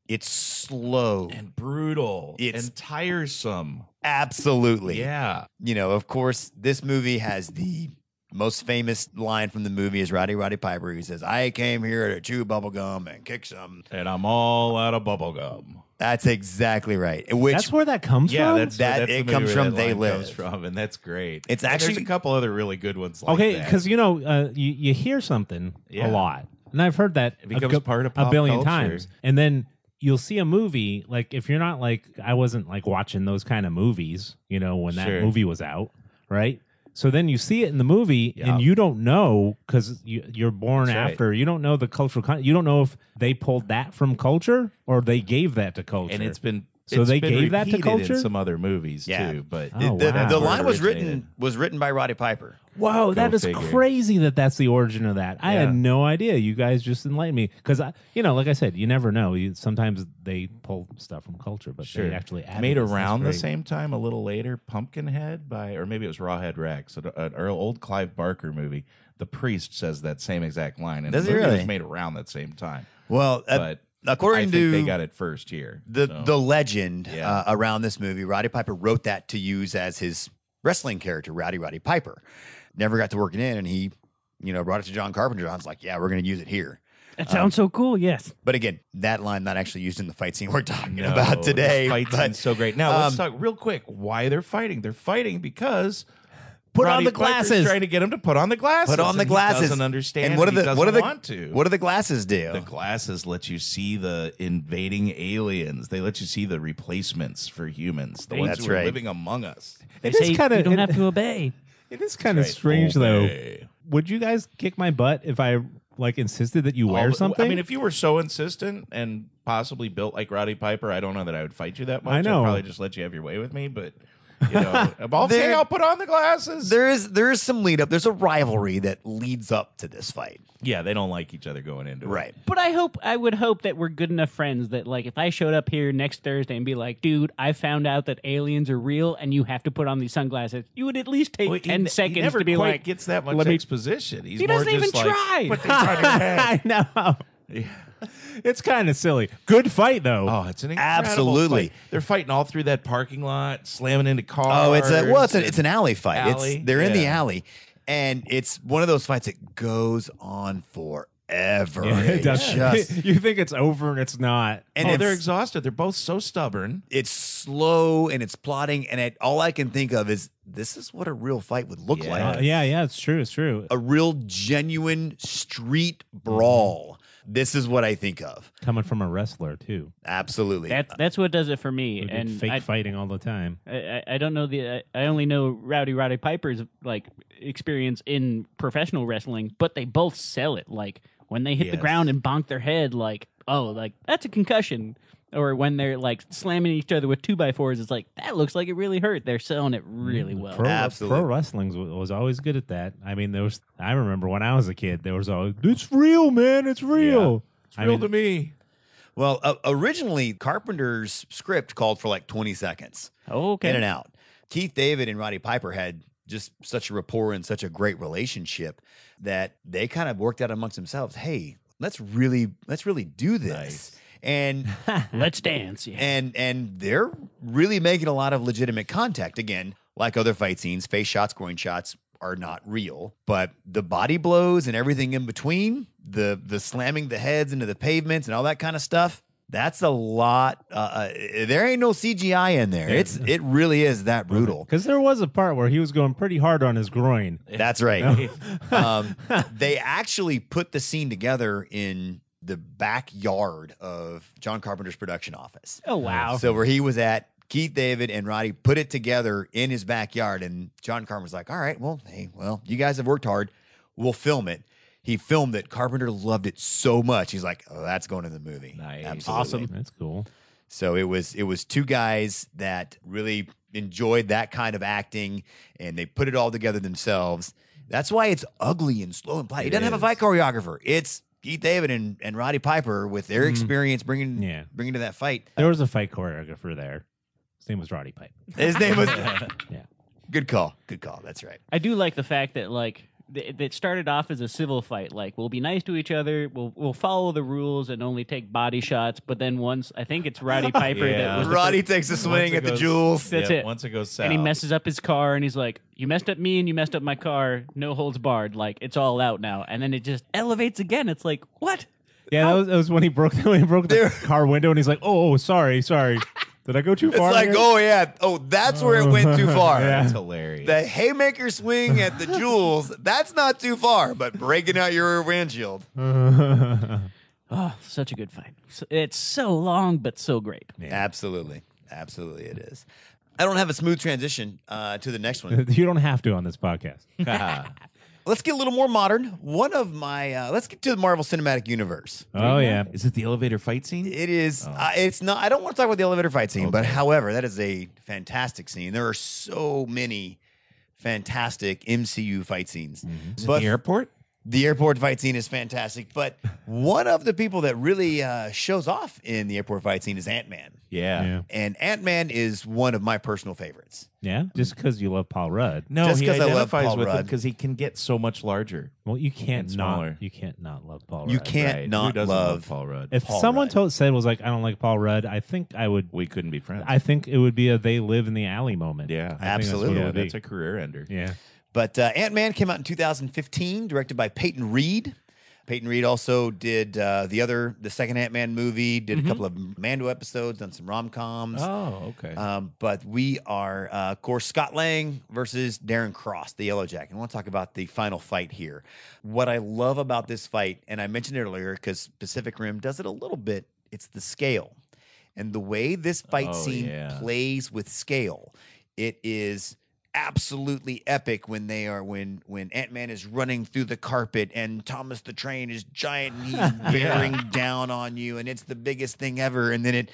It's slow.
and brutal
It's-
and tiresome.
Absolutely
Yeah,
you know, of course, this movie has the most famous line from the movie is Roddy Roddy Piper who says, I came here to chew bubblegum and kick some.
and I'm all out of bubblegum.
That's exactly right. Which
that's where that comes
Yeah,
from
that's
That-
that's the
it
movie
comes
where
from
that
They
line comes
Live.
from, and that's great.
It's
And
actually-
there's a couple other really good ones. Like
okay
that.
because you know uh, you, you hear something
Yeah.
a lot and i've heard that
It becomes
a,
part of
a
pop
billion
culture.
times and then you'll see a movie like if you're not like i wasn't like watching those kind of movies you know when that
Sure.
movie was out right so then you see it in the movie
Yeah.
and you don't know because you, you're born
That's right.
after you don't know the cultural con- you don't know if they pulled that from culture or they gave that to culture
and it's been
So
it's
they
been
gave that to
repeated in
culture?
some other movies
Yeah.
too. But
Oh,
the,
wow.
the line was
Originated.
written was written by Roddy Piper.
Whoa, that is
figure.
crazy that that's the origin of that. I
Yeah.
had no idea. You guys just enlightened me because I, you know, like I said, you never know. You, sometimes they pull stuff from culture, but
Sure.
they actually added
made
this. That's
around the
great.
same time a little later pumpkinhead by or maybe it was rawhead rex an, an Earl- old clive barker movie the priest says that same exact line and
Does
the
he
movie
really?
was made around that same time
Well, uh,
but i
according
think
to
they got it first here
the
so.
the legend
Yeah.
uh, around this movie, Roddy Piper wrote that to use as his wrestling character, Rowdy Roddy Piper. Never got to work it in, and he, you know, brought it to John Carpenter. John's like, yeah, we're going to use it here.
That sounds so cool. Yes.
But again, that line not actually used in the fight scene we're talking
No,
about today.
the fight
but-
scene's so great now let's
um,
talk real quick why they're fighting they're fighting because
Put on
Roddy
the
Piper's
glasses.
trying to get him to put on the glasses
Put on the
and
glasses.
he doesn't understand
And what are
and he
the
doesn't
what are the
want to
what do the glasses do?
The glasses let you see the invading aliens. They let you see the replacements for humans, the ones
That's
who are
right.
living among us.
They
is
say
kinda-
you don't
it-
have to obey.
It is kind of
Right.
strange, though.
Obey.
Would you guys kick my butt if I like insisted that you wear
All the-
something?
Oh, I mean, if you were so insistent and possibly built like Roddy Piper, I don't know that I would fight you that much.
I know.
would probably just let you have your way with me, but You know, I'll,
There-
hey, I'll put on the glasses.
There is there is some lead up. There's a rivalry that leads up to this fight.
Yeah, they don't like each other going into it.
Right.
But I hope I would hope that we're good enough friends that like if I showed up here next Thursday and be like, dude, I found out that aliens are real and you have to put on these sunglasses, you would at least take
Well, he-
ten
he
seconds
never
to be
quite
like,
gets that much
"Let me-"
exposition. He's
He
more
doesn't
just
even
like,
try.
"Put these on your head."
I know. It's kind of silly. Good fight though.
Oh, it's an incredible
Absolutely.
fight. They're fighting all through that parking lot, slamming into cars.
Oh, it's a well, it's an it's an alley fight.
Alley?
It's they're in the
Yeah.
alley, and it's one of those fights that goes on forever.
Yeah, it
It
does.
just
you think it's over and it's not.
and
oh, they're
it's,
exhausted. They're both so stubborn.
it's slow and it's plotting, and it, all I can think of is this is what a real fight would look
Yeah.
like.
Uh, yeah, yeah, it's true. It's true.
a real genuine street brawl. This is what I think of.
Coming from a wrestler too,
Absolutely.
that's that's what does it for me.
who did
and
fake
I,
fighting all the time.
I, I- I don't know the I, I only know Rowdy Roddy Piper's like experience in professional wrestling, but they both sell it. Like when they hit the
Yes.
ground and bonk their head, like oh, like that's a concussion. Or when they're like slamming each other with two by fours, it's like that looks like it really hurt. They're selling it really
Mm,
well.
Pro,
Absolutely.
pro wrestling was always good at that. I mean, there was. I remember when I was a kid, there was always it's real, man. It's real.
It's
I
real
mean-
to me.
well, uh, originally, Carpenter's script called for like 20 seconds
okay,
in and out. Keith David and Roddy Piper had just such a rapport and such a great relationship that they kind of worked out amongst themselves hey, let's really, let's really do this.
Nice.
And
let's dance. Yeah.
and and they're really making a lot of legitimate contact again like other fight scenes face shots groin shots are not real but the body blows and everything in between the the slamming the heads into the pavements and all that kind of stuff that's a lot uh, uh, there ain't no cgi in there it's it really is that brutal
Because there was a part where he was going pretty hard on his groin.
that's right um, they actually put the scene together in the backyard of john carpenter's production office
oh wow.
so where he was at, Keith David and Roddy put it together in his backyard, and John Carpenter's like, "All right, well, hey, well, you guys have worked hard. We'll film it." He filmed it. Carpenter loved it so much. He's like, "Oh, that's going in the movie.
Nice.
Absolutely.
That's cool.
So it was it was two guys that really enjoyed that kind of acting, and they put it all together themselves. That's why it's ugly and slow and plot. It,
It
doesn't have a
is.
fight choreographer. It's Keith David and, and Roddy Piper with their experience bringing
Yeah.
bringing to that fight.
There was a fight choreographer there. His name was Roddy Pipe.
His name was
Yeah.
Good call. Good call. That's right.
I do like the fact that like th- it started off as a civil fight. Like we'll be nice to each other. We'll we'll follow the rules and only take body shots. But then once I think it's Roddy Piper that
Yeah.
was the
Roddy takes a swing
it
at the
goes-
jewels.
That's it.
Once it goes south,
and he messes up his car and he's like you messed up me and you messed up my car no holds barred like it's all out now and then it just elevates again it's like what
Yeah, that was, that was when he broke when he broke the
There-
car window, and he's like, "Oh, oh, sorry, sorry, did I go too
It's
far?"
like,
here?"
oh yeah, oh that's where it went too far.
That's hilarious.
The haymaker swing at the jewels, that's not too far, but breaking out your windshield.
oh such a good fight So- it's so long but so great
Absolutely. Absolutely it is. I don't have a smooth transition uh, to the next one.
you don't have to on this podcast.
Let's get a little more modern. One of my uh, let's get to the Marvel Cinematic Universe.
oh yeah,
Is it the elevator fight scene?
It is. Uh, it's not. I don't want to talk about the elevator fight scene, but however, that is a fantastic scene. There are so many fantastic MCU fight scenes.
Is it
But
the airport?
the airport fight scene is fantastic. But one of the people that really uh, shows off in the airport fight scene is Ant Man,
Yeah.
yeah,
and Ant Man is one of my personal favorites.
yeah. Just because you love Paul Rudd,
No,
Just
he
'cause I love
identifies
Paul
with it
Rudd.
because he can get so much larger.
well, you can't
And
not
smaller.
you can't not love Paul
You
Rudd.
can't
Right. Who
not
doesn't
love.
Paul Rudd?
If
Paul
someone
Rudd.
told said was like, "I don't like Paul Rudd," I think I would.
we couldn't be friends.
I think it would be a they live in the alley moment.
Yeah.
I think what it
Absolutely.
yeah,
would be.
that's a career ender.
yeah.
But uh, Ant Man came out in 2015, directed by Peyton Reed. Peyton Reed also did uh, the other, the second Ant Man movie, did
Mm-hmm.
a couple of Mando episodes, done some rom coms.
Oh, okay.
Um, but we are, uh, of course, Scott Lang versus Darren Cross, the Yellow Jacket. I want to talk about the final fight here. What I love about this fight, and I mentioned it earlier because Pacific Rim does it a little bit, it's the scale. And the way this fight
Oh,
scene
yeah.
plays with scale, it is absolutely epic when they are when when ant-man is running through the carpet and thomas the train is giant and he's bearing down on you and it's the biggest thing ever and then it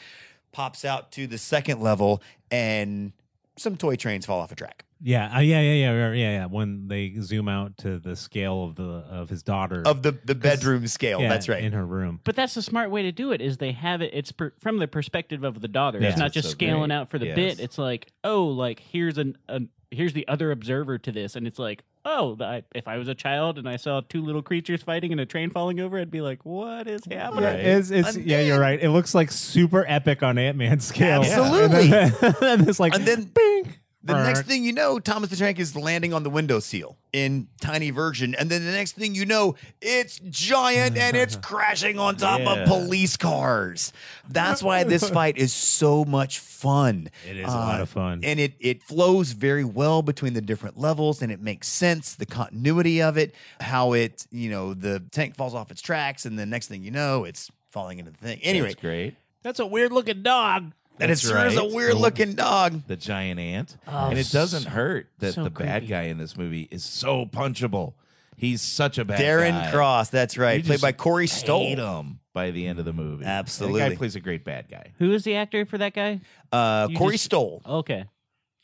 pops out to the second level and some toy trains fall off a track.
Yeah, uh, yeah, yeah, yeah, yeah, yeah, yeah. When they zoom out to the scale of the of his daughter
Of the, the bedroom scale.
Yeah,
That's right.
in her room.
But that's the smart way to do it. Is they have it. It's per, from the perspective of the daughter.
Yeah.
it's not
That's
just
so
scaling
great.
out for the
Yes.
bit. It's like, oh, like here's an, an here's the other observer to this, and it's like, oh, the, I, if I was a child and I saw two little creatures fighting and a train falling over, I'd be like, what is happening?
Right.
It's, it's yeah, you're right. It looks like super epic on Ant Man scale.
Absolutely.
And then, and it's like
And then-
bing.
The
Brr.
next thing you know, Thomas the Tank is landing on the windowsill in tiny version. And then the next thing you know, it's giant and it's crashing on top
Yeah.
of police cars. That's why this fight is so much fun. Uh,
It is a lot of fun.
And it, it flows very well between the different levels and it makes sense, the continuity of it, how it, you know, the tank falls off its tracks. And the next thing you know, it's falling into the thing. Anyway,
That's great.
That's a weird looking dog.
and it
That's
sure is a
right.
weird looking dog.
The giant ant,
Oh,
and it doesn't hurt that
so
the bad
creepy.
guy in this movie is so punchable. He's such a bad
Darren
guy.
Cross, that's right,
You
played
just
by Corey
Hate
Stoll.
him by the end of the movie.
Mm, Absolutely.
that guy plays a great bad guy.
Who is the actor for that guy?
Uh,
You
Corey
just-
Stoll.
Okay,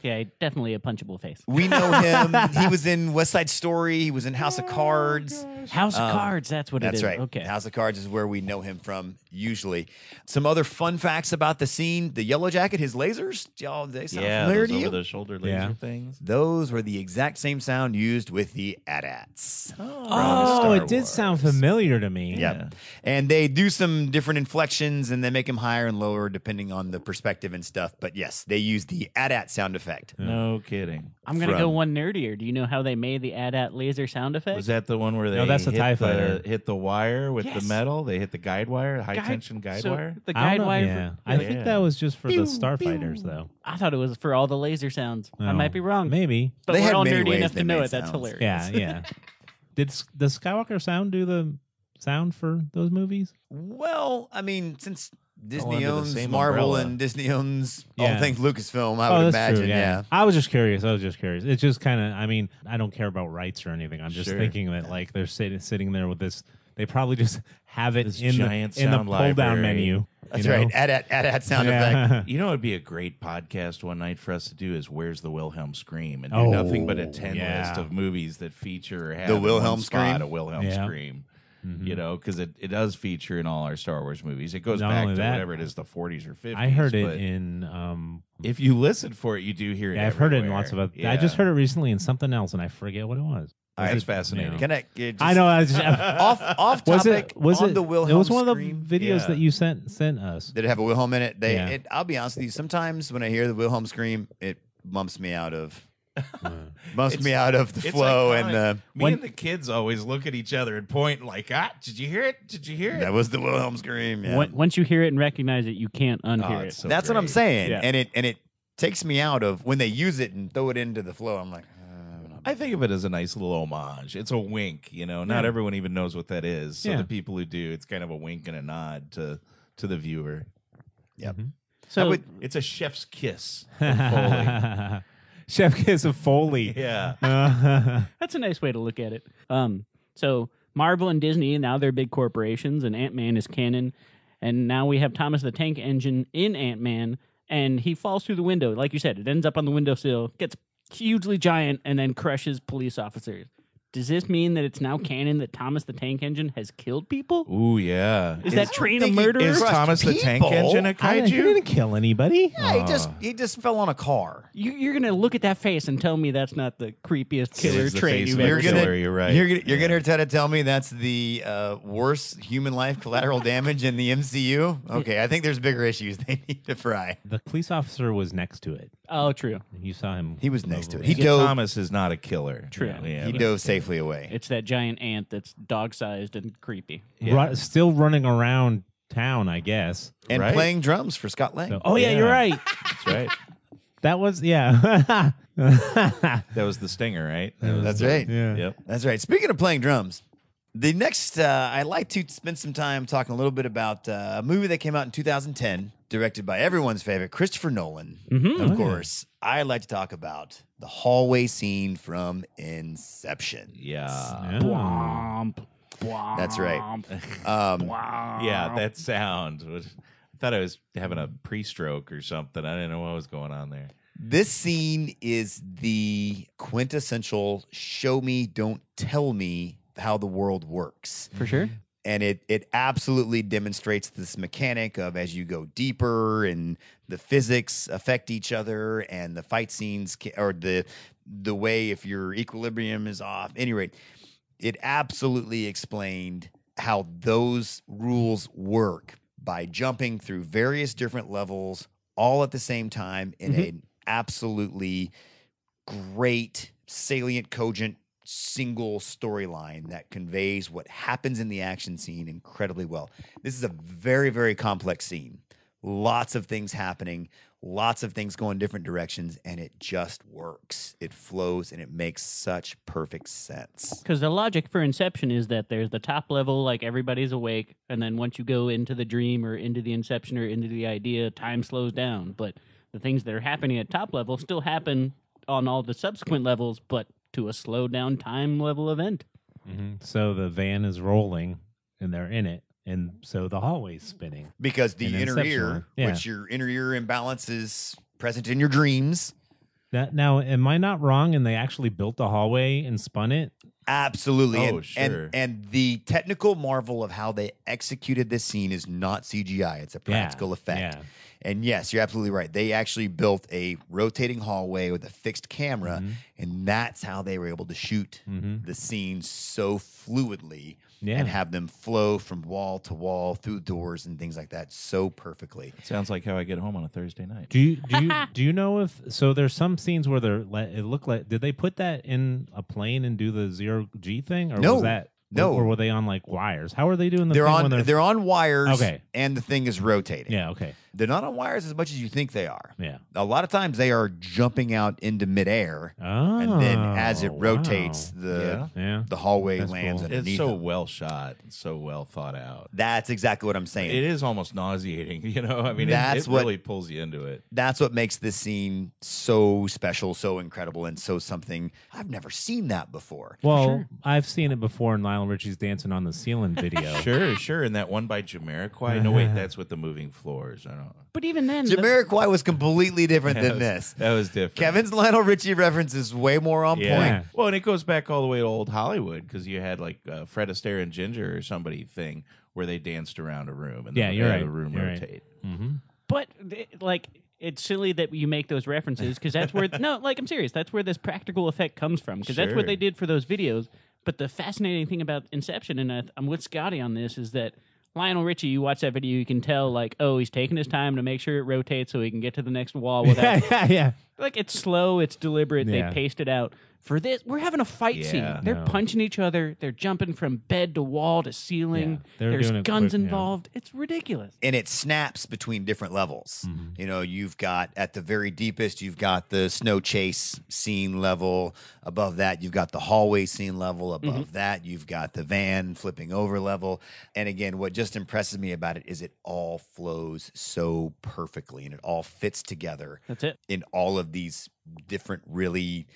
yeah, definitely a punchable face.
We know him. he was in West Side Story. He was in House of
Oh,
Cards.
House of
Um,
Cards. That's what it
That's
is.
right.
Okay.
House of Cards is where we know him from usually. Some other fun facts about the scene: the Yellow Jacket, his lasers. Y'all, they sound familiar
those
to you?
over the shoulder laser
Yeah.
things.
Those were the exact same sound used with the AT-ATs.
Oh,
Star
it did
Wars.
sound familiar to me.
Yep. And they do some different inflections and they make them higher and lower depending on the perspective and stuff. But yes, they use the AT-AT sound effect.
No kidding.
I'm gonna go
From-
one nerdier. Do you know how they made the AT-AT laser sound effect?
Was that the one where they
No, that's the
hit,
TIE
the,
fighter.
hit the wire with
Yes.
the metal? They hit the guide wire, high
Guide-
tension guide
so
wire?
The
I
guide
don't know.
wire.
Yeah.
for-
I
like,
think
Yeah.
that was just for the starfighters, though.
I thought it was for all the laser sounds. I
No.
might be wrong.
Maybe.
But
They
we're
had
all
many
nerdy
ways
enough
they
to know
made
it. That's
sounds.
hilarious.
Yeah, yeah. Did S- does Skywalker sound do the sound for those movies?
Well, I mean, since Disney
under the
owns
same
Marvel
umbrella.
and Disney owns all
Yeah.
things Lucasfilm,
Oh,
I would imagine. yeah.
I was just curious. I was just curious. It's just kind of. I mean, I don't care about rights or anything. I'm just
Sure.
thinking that like they're sitting sitting there with this. They probably just have it
This
in
giant
the, in the
sound
pull down
library.
menu.
That's
you know?
right. Add that, add that sound effect.
Yeah.
You know, it'd be a great podcast one night for us to do is "Where's the Wilhelm Scream?" and do
Oh,
nothing but a ten
yeah.
list of movies that feature or have
The
in
Wilhelm
one spot
Scream?
a Wilhelm
Yeah. Hmm.
Scream.
Mm-hmm.
You know, because it, it does feature in all our Star Wars movies. It goes
Not
back
only
to
that,
whatever it is, the 40s or 50s.
I heard it
but
in. Um,
if you listen for it, you do hear it.
yeah, I've heard it in
everywhere.
lots of. Other,
Yeah.
I just heard it recently in something else, and I forget what it was.
That's
Was it-
fascinating.
yeah.
Can I, yeah, just
I know. I was just,
Off, off
was
topic.
it was
on
it
the Wilhelm
It was one
scream,
of the videos
Yeah.
that you sent sent us.
Did it have a Wilhelm in it? They.
Yeah.
It, I'll be honest with you. Sometimes when I hear the Wilhelm scream, it bumps me out of bumps
It's-
me out of the
It's
flow
iconic.
and the.
me and the kids always look at each other and point like, "Ah, did you hear it? Did you hear it?"
That was the Wilhelm scream. Yeah.
Once- Once you hear it and recognize it, you can't unhear
Oh,
it.
it's so
That's what I'm
great.
saying.
Yeah.
And it and it takes me out of when they use it and throw it into the flow. I'm like, uh, I'm not
I think of it as a nice little homage. It's a wink, you know. Not everyone even knows what that is. So
Yeah.
the people who do, it's kind of a wink and a nod to to the viewer.
So
would-
It's a chef's kiss. yeah.
Chef Kiss of Foley. Uh-huh.
that's a nice way to look at it. Um, so Marvel and Disney now they're big corporations, and Ant Man is canon, and now we have Thomas the Tank Engine in Ant Man, and he falls through the window. Like you said, it ends up on the windowsill, gets hugely giant, and then crushes police officers. Does this mean that it's now canon that Thomas the Tank Engine has killed people?
Ooh, yeah.
Is
Is,
that train a
think he-
murderer?
is
crushed
Thomas the Tank
people?
Engine a
I didn't, he
kaiju?
didn't kill anybody.
Yeah, he just he just fell on a car.
You, you're gonna look at that face and tell me that's not the creepiest
It
killer
is the
trait
face
you've
of a
ever
killer,
seen.
you're right.
You're gonna, you're gonna try to tell me that's the uh, worst human life collateral damage in the MCU? Okay, I think there's bigger issues they need to fry.
The police officer was next to it.
Oh, true,
You saw him.
He was next to it.
over
He
Yeah,
dove.
Thomas is not a killer.
True.
Yeah.
he
but-
dove safely away.
it's that giant ant that's dog sized and creepy.
there. Ru- still running around town, I guess.
And
Right.
playing drums for Scott Lang.
So- oh yeah, you're
Yeah.
right.
That's right.
That was yeah.
That was the stinger, right? That was-
That's right.
yeah.
Yep.
That's right. Speaking of playing drums, the next uh, I'd like to spend some time talking a little bit about uh, a movie that came out in 2010, directed by everyone's favorite Christopher Nolan. Of course, I'd like to talk about the hallway scene from Inception.
Yeah.
Oh.
Womp,
That's right.
womp,
Um,
womp.
Yeah, that sound. was- I thought I was having a pre-stroke or something. I didn't know what was going on there.
This scene is the quintessential show me, don't tell me how the world works.
for sure.
And it, it absolutely demonstrates this mechanic of as you go deeper and the physics affect each other and the fight scenes ca- or the the way if your equilibrium is off. Any rate, it absolutely explained how those rules work by jumping through various different levels all at the same time in an absolutely great, salient, cogent single storyline that conveys what happens in the action scene incredibly well. This is a very, very complex scene. Lots of things happening, lots of things going different directions, and it just works. It flows and it makes such perfect sense.
Because the logic for Inception is that there's the top level, like everybody's awake, and then once you go into the dream or into the Inception or into the idea, time slows down. But the things that are happening at top level still happen on all the subsequent levels, but to a slowed down time level event.
Mhm. So the van is rolling and they're in it. And so the hallway's spinning.
Because the
And
inner
Inception one,
ear,
yeah.
which your inner ear imbalance is present in your dreams.
That, now, am I not wrong? And they actually built the hallway and spun it?
Absolutely.
Oh,
and,
sure.
and and the technical marvel of how they executed this scene is not CGI. It's a practical effect.
Yeah.
And yes, you're absolutely right. They actually built a rotating hallway with a fixed camera,
Mhm.
and that's how they were able to shoot
Mm-hmm.
the scenes so fluidly
Yeah.
and have them flow from wall to wall through doors and things like that so perfectly.
Sounds like how I get home on a Thursday night.
do you do you do you know if so? There's some scenes where they're let it look like did they put that in a plane and do the zero g thing or
No.
was that
No.
or were they on like wires? How are they doing the
they're
thing
on
when
they're, on wires
Okay.
and the thing is rotating.
yeah okay
They're not on wires as much as you think they are.
yeah
A lot of times they are jumping out into midair
oh
and then as it rotates
wow.
the
Yeah.
yeah
the hallway
That's
lands
cool.
underneath.
It's so
them.
well shot, so well thought out.
That's exactly what I'm saying.
It is almost nauseating, you know. I mean, it-
That's
it,
what-
really pulls you into it.
that's what makes this scene so special, so incredible, and so something I've never seen that before.
well I've seen it before in Lionel Richie's dancing on the ceiling video
Sure, sure. And that one by Jamiroquai. No, wait, that's with the moving floors. I don't.
But even then, the-
Jamiroquai was completely different
That
than this.
was, That was different.
Kevin's Lionel Richie reference is way more on
Yeah.
point.
Well, and it goes back all the way to old Hollywood because you had like uh, Fred Astaire and Ginger or somebody thing where they danced around a room and
Yeah,
the,
you're
had
right.
the room
You're right.
rotate.
mm-hmm.
but th- like it's silly that you make those references because that's where no like i'm serious that's where this practical effect comes from because that's
Sure.
what they did for those videos but the fascinating thing about inception and I, i'm with scotty on this is that lionel richie you watch that video you can tell like oh he's taking his time to make sure it rotates so he can get to the next wall without
yeah yeah yeah
like it's slow it's deliberate
Yeah.
they paced it out for this we're having a fight
Yeah.
scene they're
No.
punching each other they're jumping from bed to wall to ceiling
Yeah. They're
there's
doing it
guns
quick, yeah.
involved it's ridiculous
And it snaps between different levels.
Mm-hmm.
You know, you've got at the very deepest, you've got the snow chase scene level. Above that, you've got the hallway scene level. Above
Mm-hmm.
that, you've got the van flipping over level. And again, what just impresses me about it is it all flows so perfectly and it all fits together.
that's it
in all of these different really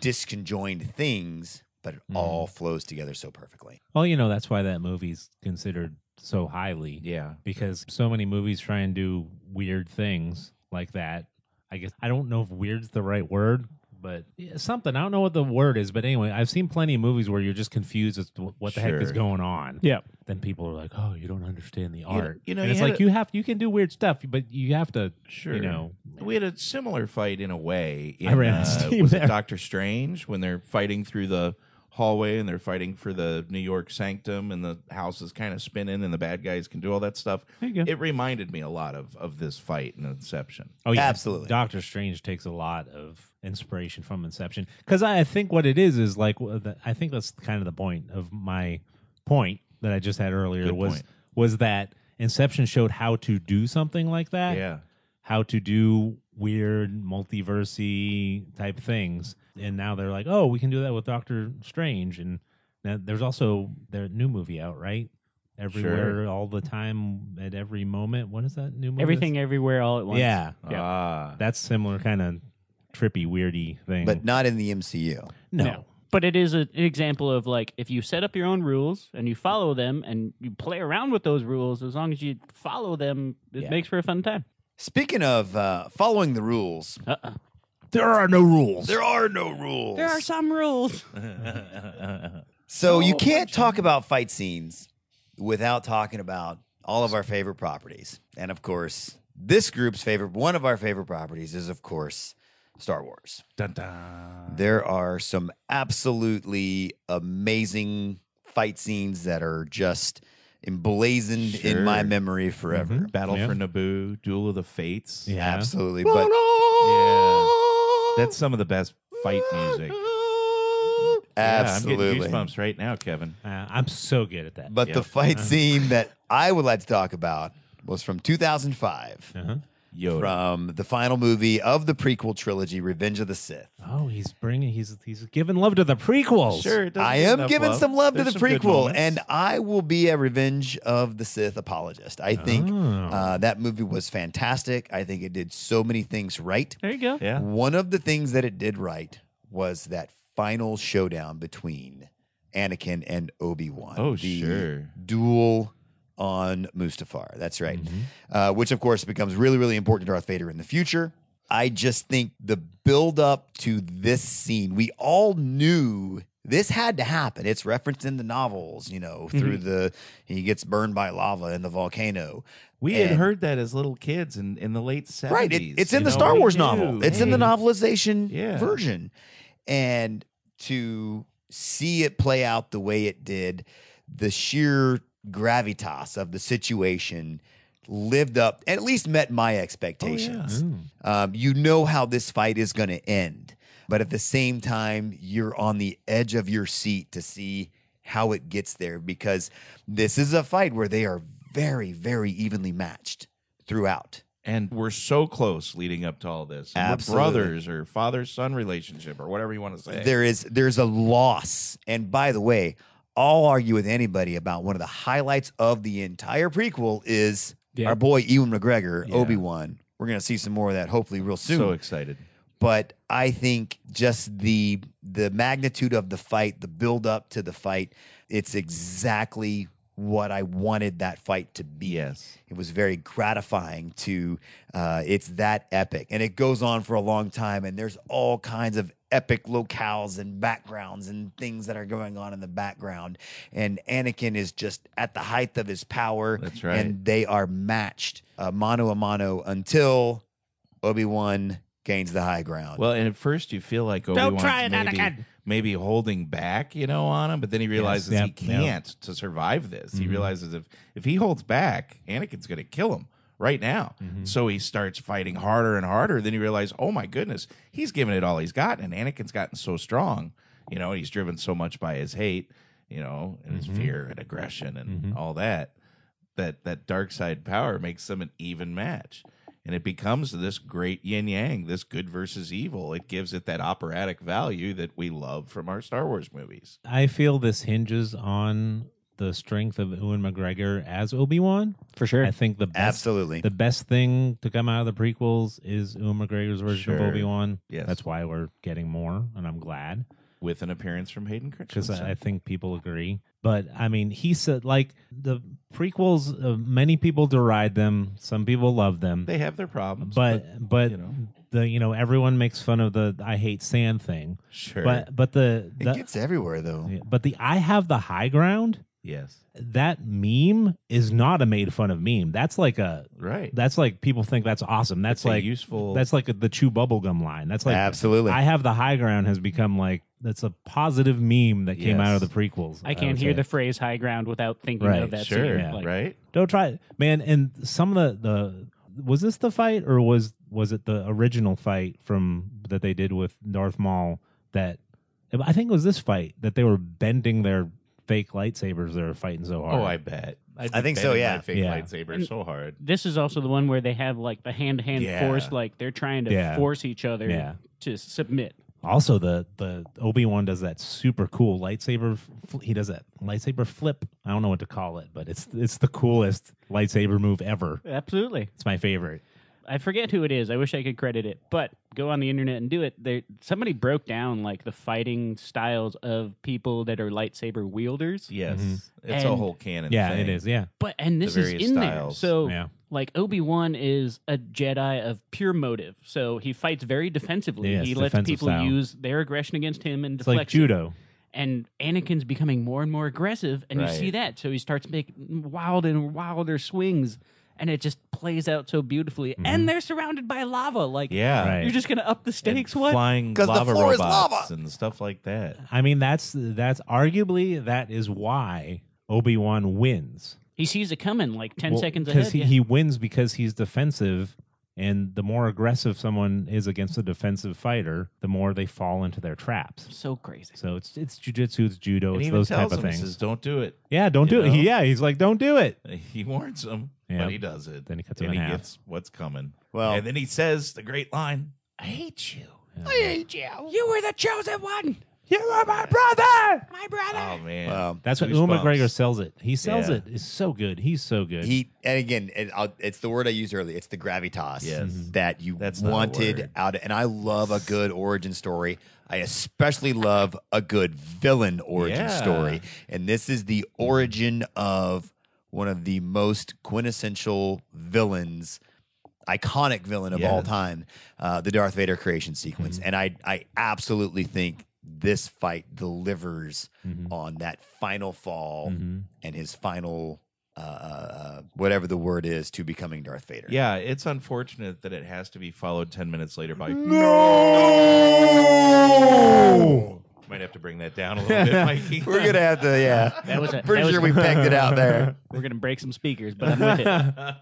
disconjoined things but it all
Mm-hmm.
flows together so perfectly
well you know that's why that movie's considered so highly
Yeah.
because so many movies try and do weird things like that. I guess I don't know if weird's the right word, but yeah, something. I don't know what the word is, but anyway, I've seen plenty of movies where you're just confused as to what the heck is
Sure.
going on.
Yep.
Then people are like, "Oh, you don't understand the art."
you know,
and
you
it's
had
like
a-
you have you can do weird stuff, but you have to,
Sure.
you know,
We had a similar fight in a way. In,
I ran out of
uh,
steam
was
there.
it Doctor Strange when they're fighting through the hallway and they're fighting for the New York sanctum and the house is kind of spinning and the bad guys can do all that stuff.
There you go.
It reminded me a lot of of this fight in Inception.
Oh yeah,
Absolutely.
Doctor Strange takes a lot of inspiration from Inception because I I think what it is is like wh- the- I think that's kind of the point of my point that I just had earlier
Good
was
point.
was that Inception showed how to do something like that,
Yeah.
how to do weird multiversey type things, and now they're like, oh, we can do that with Doctor Strange, and now there's also their new movie out, right? Everywhere, all the time, at every moment. What is that new movie?
everything everywhere all at once
Yeah,
Yeah.
Ah.
that's similar kind of trippy weirdy thing
but not in the mcu
no,
But it is a, an example of like if you set up your own rules and you follow them and you play around with those rules, as long as you follow them, it
Yeah.
makes for a fun time.
speaking of uh, following the rules
Uh-uh.
There are no rules.
There are no rules.
There are some rules.
So you can't talk about fight scenes without talking about all of our favorite properties. And of course, this group's favorite, one of our favorite properties is, of course, Star Wars.
Dun, dun.
There are some absolutely amazing fight scenes that are just emblazoned in my
Sure. Mm-hmm.
memory forever.
Battle
Yeah.
for Naboo, Duel of the Fates.
Yeah.
Absolutely. But
Yeah. That's some of the best fight music. Yeah, I'm
absolutely.
getting goosebumps right now, Kevin.
Uh, I'm so good at that.
but
Yeah.
the fight scene that I would like to talk about was from 2005.
uh-huh.
Yoda.
from the final movie of the prequel trilogy, Revenge of the Sith.
oh, he's bringing he's he's giving love to the prequels.
Sure, it doesn't
I
get
am
enough
giving some love
There's
to the
some good
prequel,
moments.
and I will be a Revenge of the Sith apologist. I think
Oh.
uh, that movie was fantastic. I think it did so many things right.
There you go.
yeah,
One of the things that it did right was that final showdown between Anakin and Obi Wan.
Oh, sure.
Duel on Mustafar. That's right. Uh, which, of course, becomes really, really important to Darth Vader in the future. I just think the build up to this scene, we all knew this had to happen. It's referenced in the novels, you know, through the he gets burned by lava in the volcano.
we had
And-
heard that as little kids in, in the late seventies.
Right. It, it's in the Star Wars novel. It's in the novelization
Yeah.
version. And to see it play out the way it did, the sheer gravitas of the situation lived up, at least met my expectations.
Hmm.
um, you know how this fight is going to end. But at the same time, you're on the edge of your seat to see how it gets there because this is a fight where they are very, very evenly matched throughout.
and we're so close leading up to all this. And we're
Absolutely.
brothers or father son relationship or whatever you want to say.
There is there's a loss. And by the way, I'll argue with anybody about one of the highlights of the entire prequel is
Yeah.
our boy Ewan McGregor,
Yeah.
Obi Wan. We're gonna see some more of that hopefully real soon.
So excited.
but I think just the the magnitude of the fight, the build up to the fight, it's exactly what I wanted that fight to be.
Yes.
It was very gratifying to uh, it's that epic. And it goes on for a long time and there's all kinds of epic locales and backgrounds and things that are going on in the background. And Anakin is just at the height of his power.
That's right.
And they are matched uh, mano a mano until Obi-Wan gains the high ground.
Well, and at first you feel like Obi
try it,
Wan's maybe,
Anakin.
maybe holding back, you know, on him, but then he realizes
Yep, Mm-hmm.
he can't to survive this. He realizes if if he holds back, Anakin's going to kill him right now.
Mm-hmm.
So he starts fighting harder and harder. Then he realizes, oh my goodness, he's given it all he's got, and Anakin's gotten so strong. You know, he's driven so much by his hate, you know, and
Mm-hmm.
his fear and aggression and all that that that dark side power makes them an even match and it becomes this great yin yang this good versus evil it gives it that operatic value that we love from our star wars movies
I feel this hinges on the strength of Ewan McGregor as Obi Wan.
For sure.
I think the best,
Absolutely.
the best thing to come out of the prequels is Ewan McGregor's version
Sure.
of Obi Wan.
Yes.
that's why we're getting more, and I'm glad
with an appearance from hayden
because
christensen
I, I think people agree. But I mean, he said like the prequels. Uh, many people deride them. Some people love them.
they have their problems
but but
you know.
the you know everyone makes fun of the I hate sand thing.
sure
But but the,
it
the
gets everywhere though.
yeah, but the I have the high ground.
yes
That meme is not a made fun of meme. That's like a
right
that's like people think that's awesome. That's
It's a
like
useful
That's like the chew bubblegum line. That's like
Absolutely.
I have the high ground has become like that's a positive meme that came
Yes.
out of the prequels.
I can't
would
hear
say.
the phrase high ground without thinking
Right,
of that.
sure
scene. Like,
right
Don't try it. man. And some of the the was this the fight or was was it the original fight from that they did with Darth Maul that I think it was this fight that they were bending their fake lightsabers. They were fighting so hard.
oh i bet I'd
I
be
think so,
bending
yeah.
my fake
Yeah.
lightsaber so hard
This is also the one where they have like the hand to hand
Yeah.
force, like they're trying to
Yeah.
force each other
Yeah.
to submit.
Also, the the Obi Wan does that super cool lightsaber. Fl- he does that lightsaber flip. I don't know what to call it, but it's it's the coolest lightsaber move ever.
Absolutely.
It's my favorite.
I forget who it is. I wish I could credit it, but go on the internet and do it. There, somebody broke down like the fighting styles of people that are lightsaber wielders.
Yes, it's a
And-
whole canon.
Mm-hmm. yeah,
thing.
it is. Yeah,
But and this is
various
in
styles.
there. So
Yeah.
like Obi Wan is a Jedi of pure motive. So he fights very defensively.
Yes,
he lets
defensive
people
style.
use their aggression against him and
it's
deflects
like
it.
judo.
And Anakin's becoming more and more aggressive, and you see
Right.
that. So he starts making wild and wilder swings, and it just plays out so beautifully.
Mm-hmm.
And they're surrounded by lava. Like
Yeah,
Right.
You're just gonna up the
And
stakes? What?
flying
'Cause the
lava
floor
robots
is lava.
and stuff like that.
I mean, that's that's arguably that is why Obi Wan wins.
He sees it coming like ten seconds ahead.
because he,
yeah.
he wins because he's defensive, and the more aggressive someone is against a defensive fighter, the more they fall into their traps.
so crazy.
So it's it's jujitsu, it's judo,
And he
it's
even
those
tells
type of
them, he
things.
says, "Don't do it."
yeah, don't
you
do it.
know?
Yeah, he's like, don't do it.
He warns them,
Yeah.
but he does it.
Then he cuts him
and
in
he
half.
gets what's coming.
Well-
and then he says the great line, "I hate you."
Oh. You were the chosen one,
You are my brother.
my brother.
Oh man,
Wow.
That's what Ewan
Goosebumps.
McGregor sells it. He sells
Yeah.
it. It's so good. He's so good.
He and again, it, I'll, it's the word I used earlier. It's the gravitas
Yes.
that you
That's not a
wanted
word.
out. Of, and I love a good origin story. I especially love a good villain origin
Yeah.
story. And this is the origin of one of the most quintessential villains, iconic villain of all
Yes. Mm-hmm.
time, uh, the Darth Vader creation sequence. And I, I absolutely think this fight delivers
Mm-hmm.
on that final
Oh.
fall
Mm-hmm.
and his final uh, uh, whatever the word is to becoming Darth Vader.
Yeah, it's unfortunate that it has to be followed 10 minutes later by no. Might have to bring that down a little bit, Mikey.
we're gonna have to. Yeah,
That was a-
pretty
that was
sure
a-
we pegged it out there.
We're gonna break some speakers, but I'm with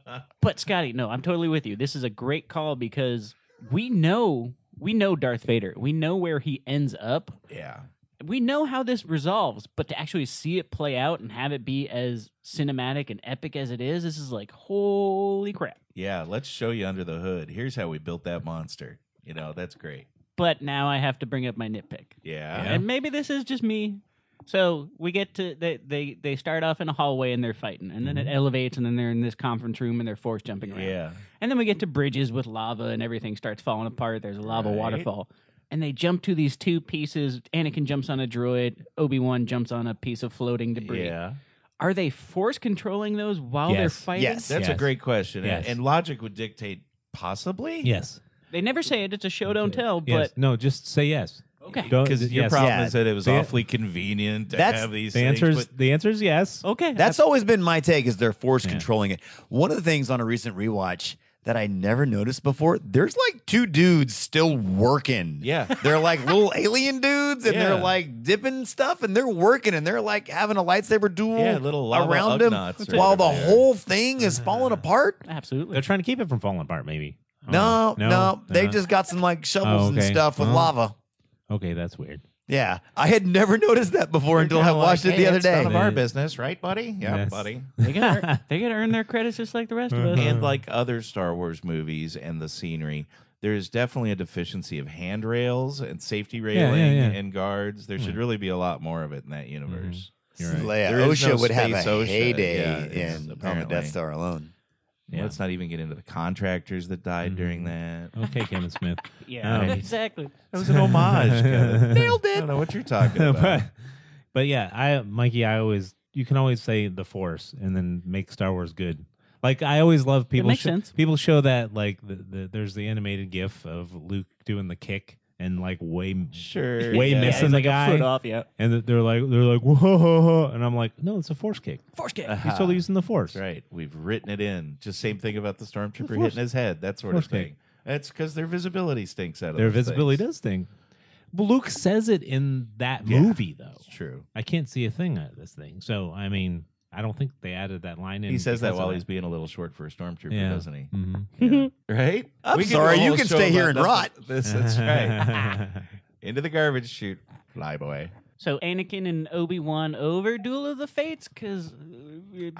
it. But Scotty, no, I'm totally with you. This is a great call because we know we know Darth Vader. We know where he ends up.
yeah.
We know how this resolves, but to actually see it play out and have it be as cinematic and epic as it is, this is like holy crap.
Yeah, let's show you under the hood. Here's how we built that monster. You know, that's great.
But now I have to bring up my nitpick.
Yeah.
Uh, and maybe this is just me. So we get to they they they start off in a hallway and they're fighting, and then it elevates, and then they're in this conference room and they're force jumping around.
Yeah.
And then we get to bridges with lava and everything starts falling apart. There's a lava
Right.
waterfall. And they jump to these two pieces. Anakin jumps on a droid. Obi Wan jumps on a piece of floating debris.
Yeah.
Are they force controlling those while they're
Yes.
fighting?
Yes.
That's a
Yes.
great question. And-
Yes.
And logic would dictate possibly.
yes.
They never say it. It's a show don't tell.
Yes.
But
No, just say yes.
okay,
Don't-
Because your
yes.
problem
Yeah.
is that it was
The-
awfully convenient to
That's-
have these
The
things.
answer is
but- Oh.
the answer is yes.
okay.
That's always been my take is they're force controlling it. One of the things on a recent rewatch that I never noticed before, there's like two dudes still working.
Yeah.
They're like little alien dudes and
Yeah.
they're like dipping stuff and they're working and they're like having a lightsaber duel
Yeah, little lava
around them
Ugnaughts or
while the
whatever they are.
whole thing is falling apart.
They're
absolutely.
trying to keep it from falling apart. Maybe.
Oh,
I
No,
don't
no,
know.
They
Uh-huh.
Uh,
just got some like shovels
Oh,
and
okay.
stuff with
Well.
lava.
okay. That's weird.
Yeah. I had never noticed that before until I
Kinda
watched
like,
it
"Hey,
the other
it's
day.
None of our business, right, buddy? Yeah,
Yes.
buddy.
they got to they got to earn their credits just like the rest of
Uh-huh.
us.
and like other Star Wars movies and the scenery, there is definitely a deficiency of handrails and safety
yeah,
railing
yeah.
and guards. There should really be a lot more of it in that universe.
You're right.
Leia
There is
OSHA
no
would have a
space OSHA.
heyday
Yeah, it's
in on the
apparently-
Death Star alone. Mm-hmm.
Yeah.
Let's not even get into the contractors that died during that.
Okay, Kevin Smith.
yeah,
Um,
exactly.
That was an homage. Kevin.
Nailed it.
I don't know what you're talking about.
but, but yeah, I Mikey, I always you can always say the Force and then make Star Wars good. Like I always love people.
makes sense.
People show that like the, the, there's the animated GIF of Luke doing the kick and like way
sure.
way
yeah.
missing the guy,
Foot off. Yeah.
and they're like they're like whoa, whoa, whoa," and I'm like no, it's a Force kick.
Force
Uh,
kick.
He's totally using the Force.
That's right. We've written it in. Just same thing about the stormtrooper
course.
hitting his head. That sort
Of
of
course they-
thing. That's because their visibility stinks out of
Their
those
visibility
things.
does thing. But Luke says it in that
Yeah.
movie though.
It's true.
I can't see a thing out of this thing. So I mean, I don't think they added that line in.
He says that
because of
while he's being a little short for a stormtrooper,
Yeah.
doesn't he?
Mhm.
Right?
I'm
We could do
sorry,
a
you
whole
can
show
stay here
about
and
This, this- that's right. Into the garbage chute, flyboy.
So Anakin and Obi Wan over Duel of the Fates because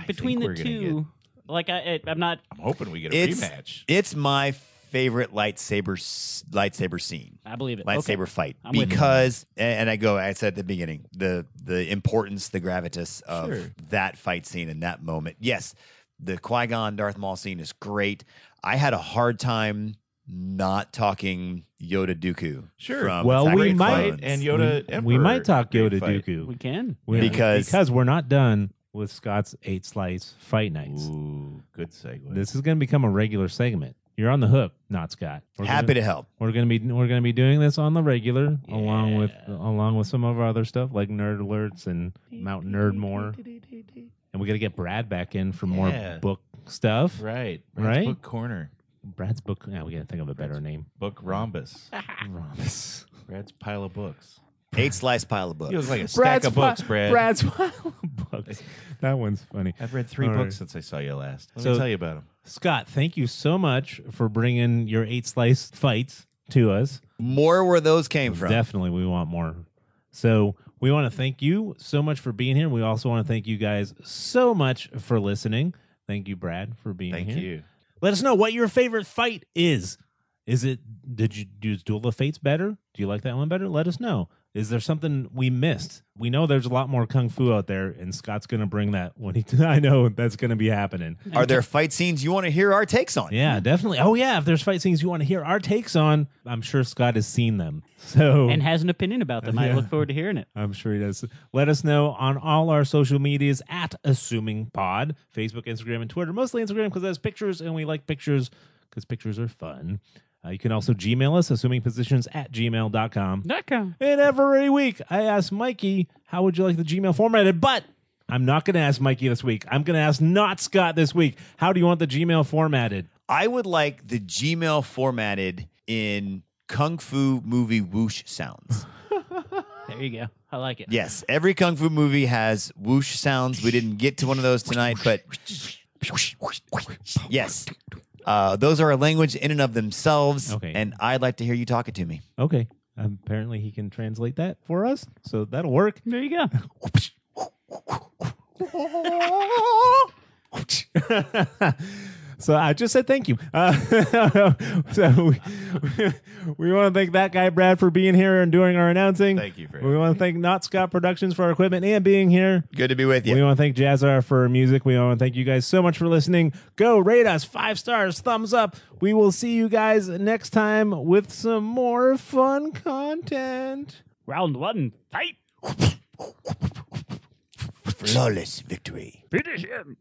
between
we're
the
gonna
two, like I, I, I'm not.
I'm hoping we get a
It's
rematch.
it's my favorite lightsaber s- lightsaber scene.
I believe it.
Lightsaber
Okay.
fight
I'm with you.
because and and I go I said at the beginning the the importance the gravitas of
Sure.
that fight scene in that moment yes The Qui Gon Darth Maul scene is great. I had a hard time not talking Yoda Dooku.
Sure.
from
Well,
Attack of
we
the
might-
Clones.
and
we,
Yoda
we
Emperor
might talk
great
Yoda
fight.
Dooku
We can.
We-
Because-
because we're not done with Scott's eight slice fight nights.
Ooh, good segue.
This is going to become a regular segment. You're on the hook, not Scott. We're gonna-
happy to help.
We're gonna be we're gonna be doing this on the regular, along with
Yeah.
along with some of our other stuff like Nerd Alerts and Mount Nerd more. And we gotta get Brad back in for
Yeah.
more book stuff.
right, Brad's
Right?
Book corner,
Brad's book. Yeah, we gotta think of a better
Brad's-
name.
book rhombus,
Promise.
Brad's pile of books.
Eight slice pile of books.
He looks like a stack of books, Brad.
Brad's books. That one's funny.
I've read three
All right.
books since I saw you last. Let
So-
me tell you about them.
Scott, thank you so much for bringing your eight slice fights to us.
More where those came from.
Definitely, we want more. So we want to thank you so much for being here. We also want to thank you guys so much for listening. Thank you, Brad, for being
Thank
here.
you.
Let us know what your favorite fight is. Is it did you do Duel of Fates better? Do you like that one better? Let us know. Is there something we missed? We know there's a lot more kung fu out there, and Scott's going to bring that when he. I know that's going to be happening.
Are there fight scenes you want to hear our takes on?
Yeah, definitely. Oh yeah, if there's fight scenes you want to hear our takes on, I'm sure Scott has seen them. So
And has an opinion about them. I
Yeah.
look forward to hearing it.
I'm sure he does. Let us know on all our social medias at Assuming Pod, Facebook, Instagram, and Twitter. Mostly Instagram because that's pictures, and we like pictures because pictures are fun. Uh, you can also Gmail us, assumingpositions at gmail.com.
Dot com.
And every week I ask Mikey, how would you like the Gmail formatted? But I'm not going to ask Mikey this week. I'm going to ask not Scott this week. How do you want the Gmail formatted?
I would like the Gmail formatted in Kung Fu movie whoosh sounds.
There you go. I like it.
Yes, every Kung Fu movie has whoosh sounds. We didn't get to one of those tonight, but yes, uh, those are a language in and of themselves.
Okay.
And I'd like to hear you talking to me.
Okay. Apparently he can translate that for us. So that'll work.
There you go.
so I just said thank you. Uh, so we, we want to thank that guy Brad for being here and doing our announcing.
Thank you for
We want to thank Not Scott Productions for our equipment and being here.
Good to be with
We
you.
want to thank Jazzar for her music. We want to thank you guys so much for listening. Go rate us five stars, thumbs up. We will see you guys next time with some more fun content.
Round one, fight.
Flawless victory.
Finish him.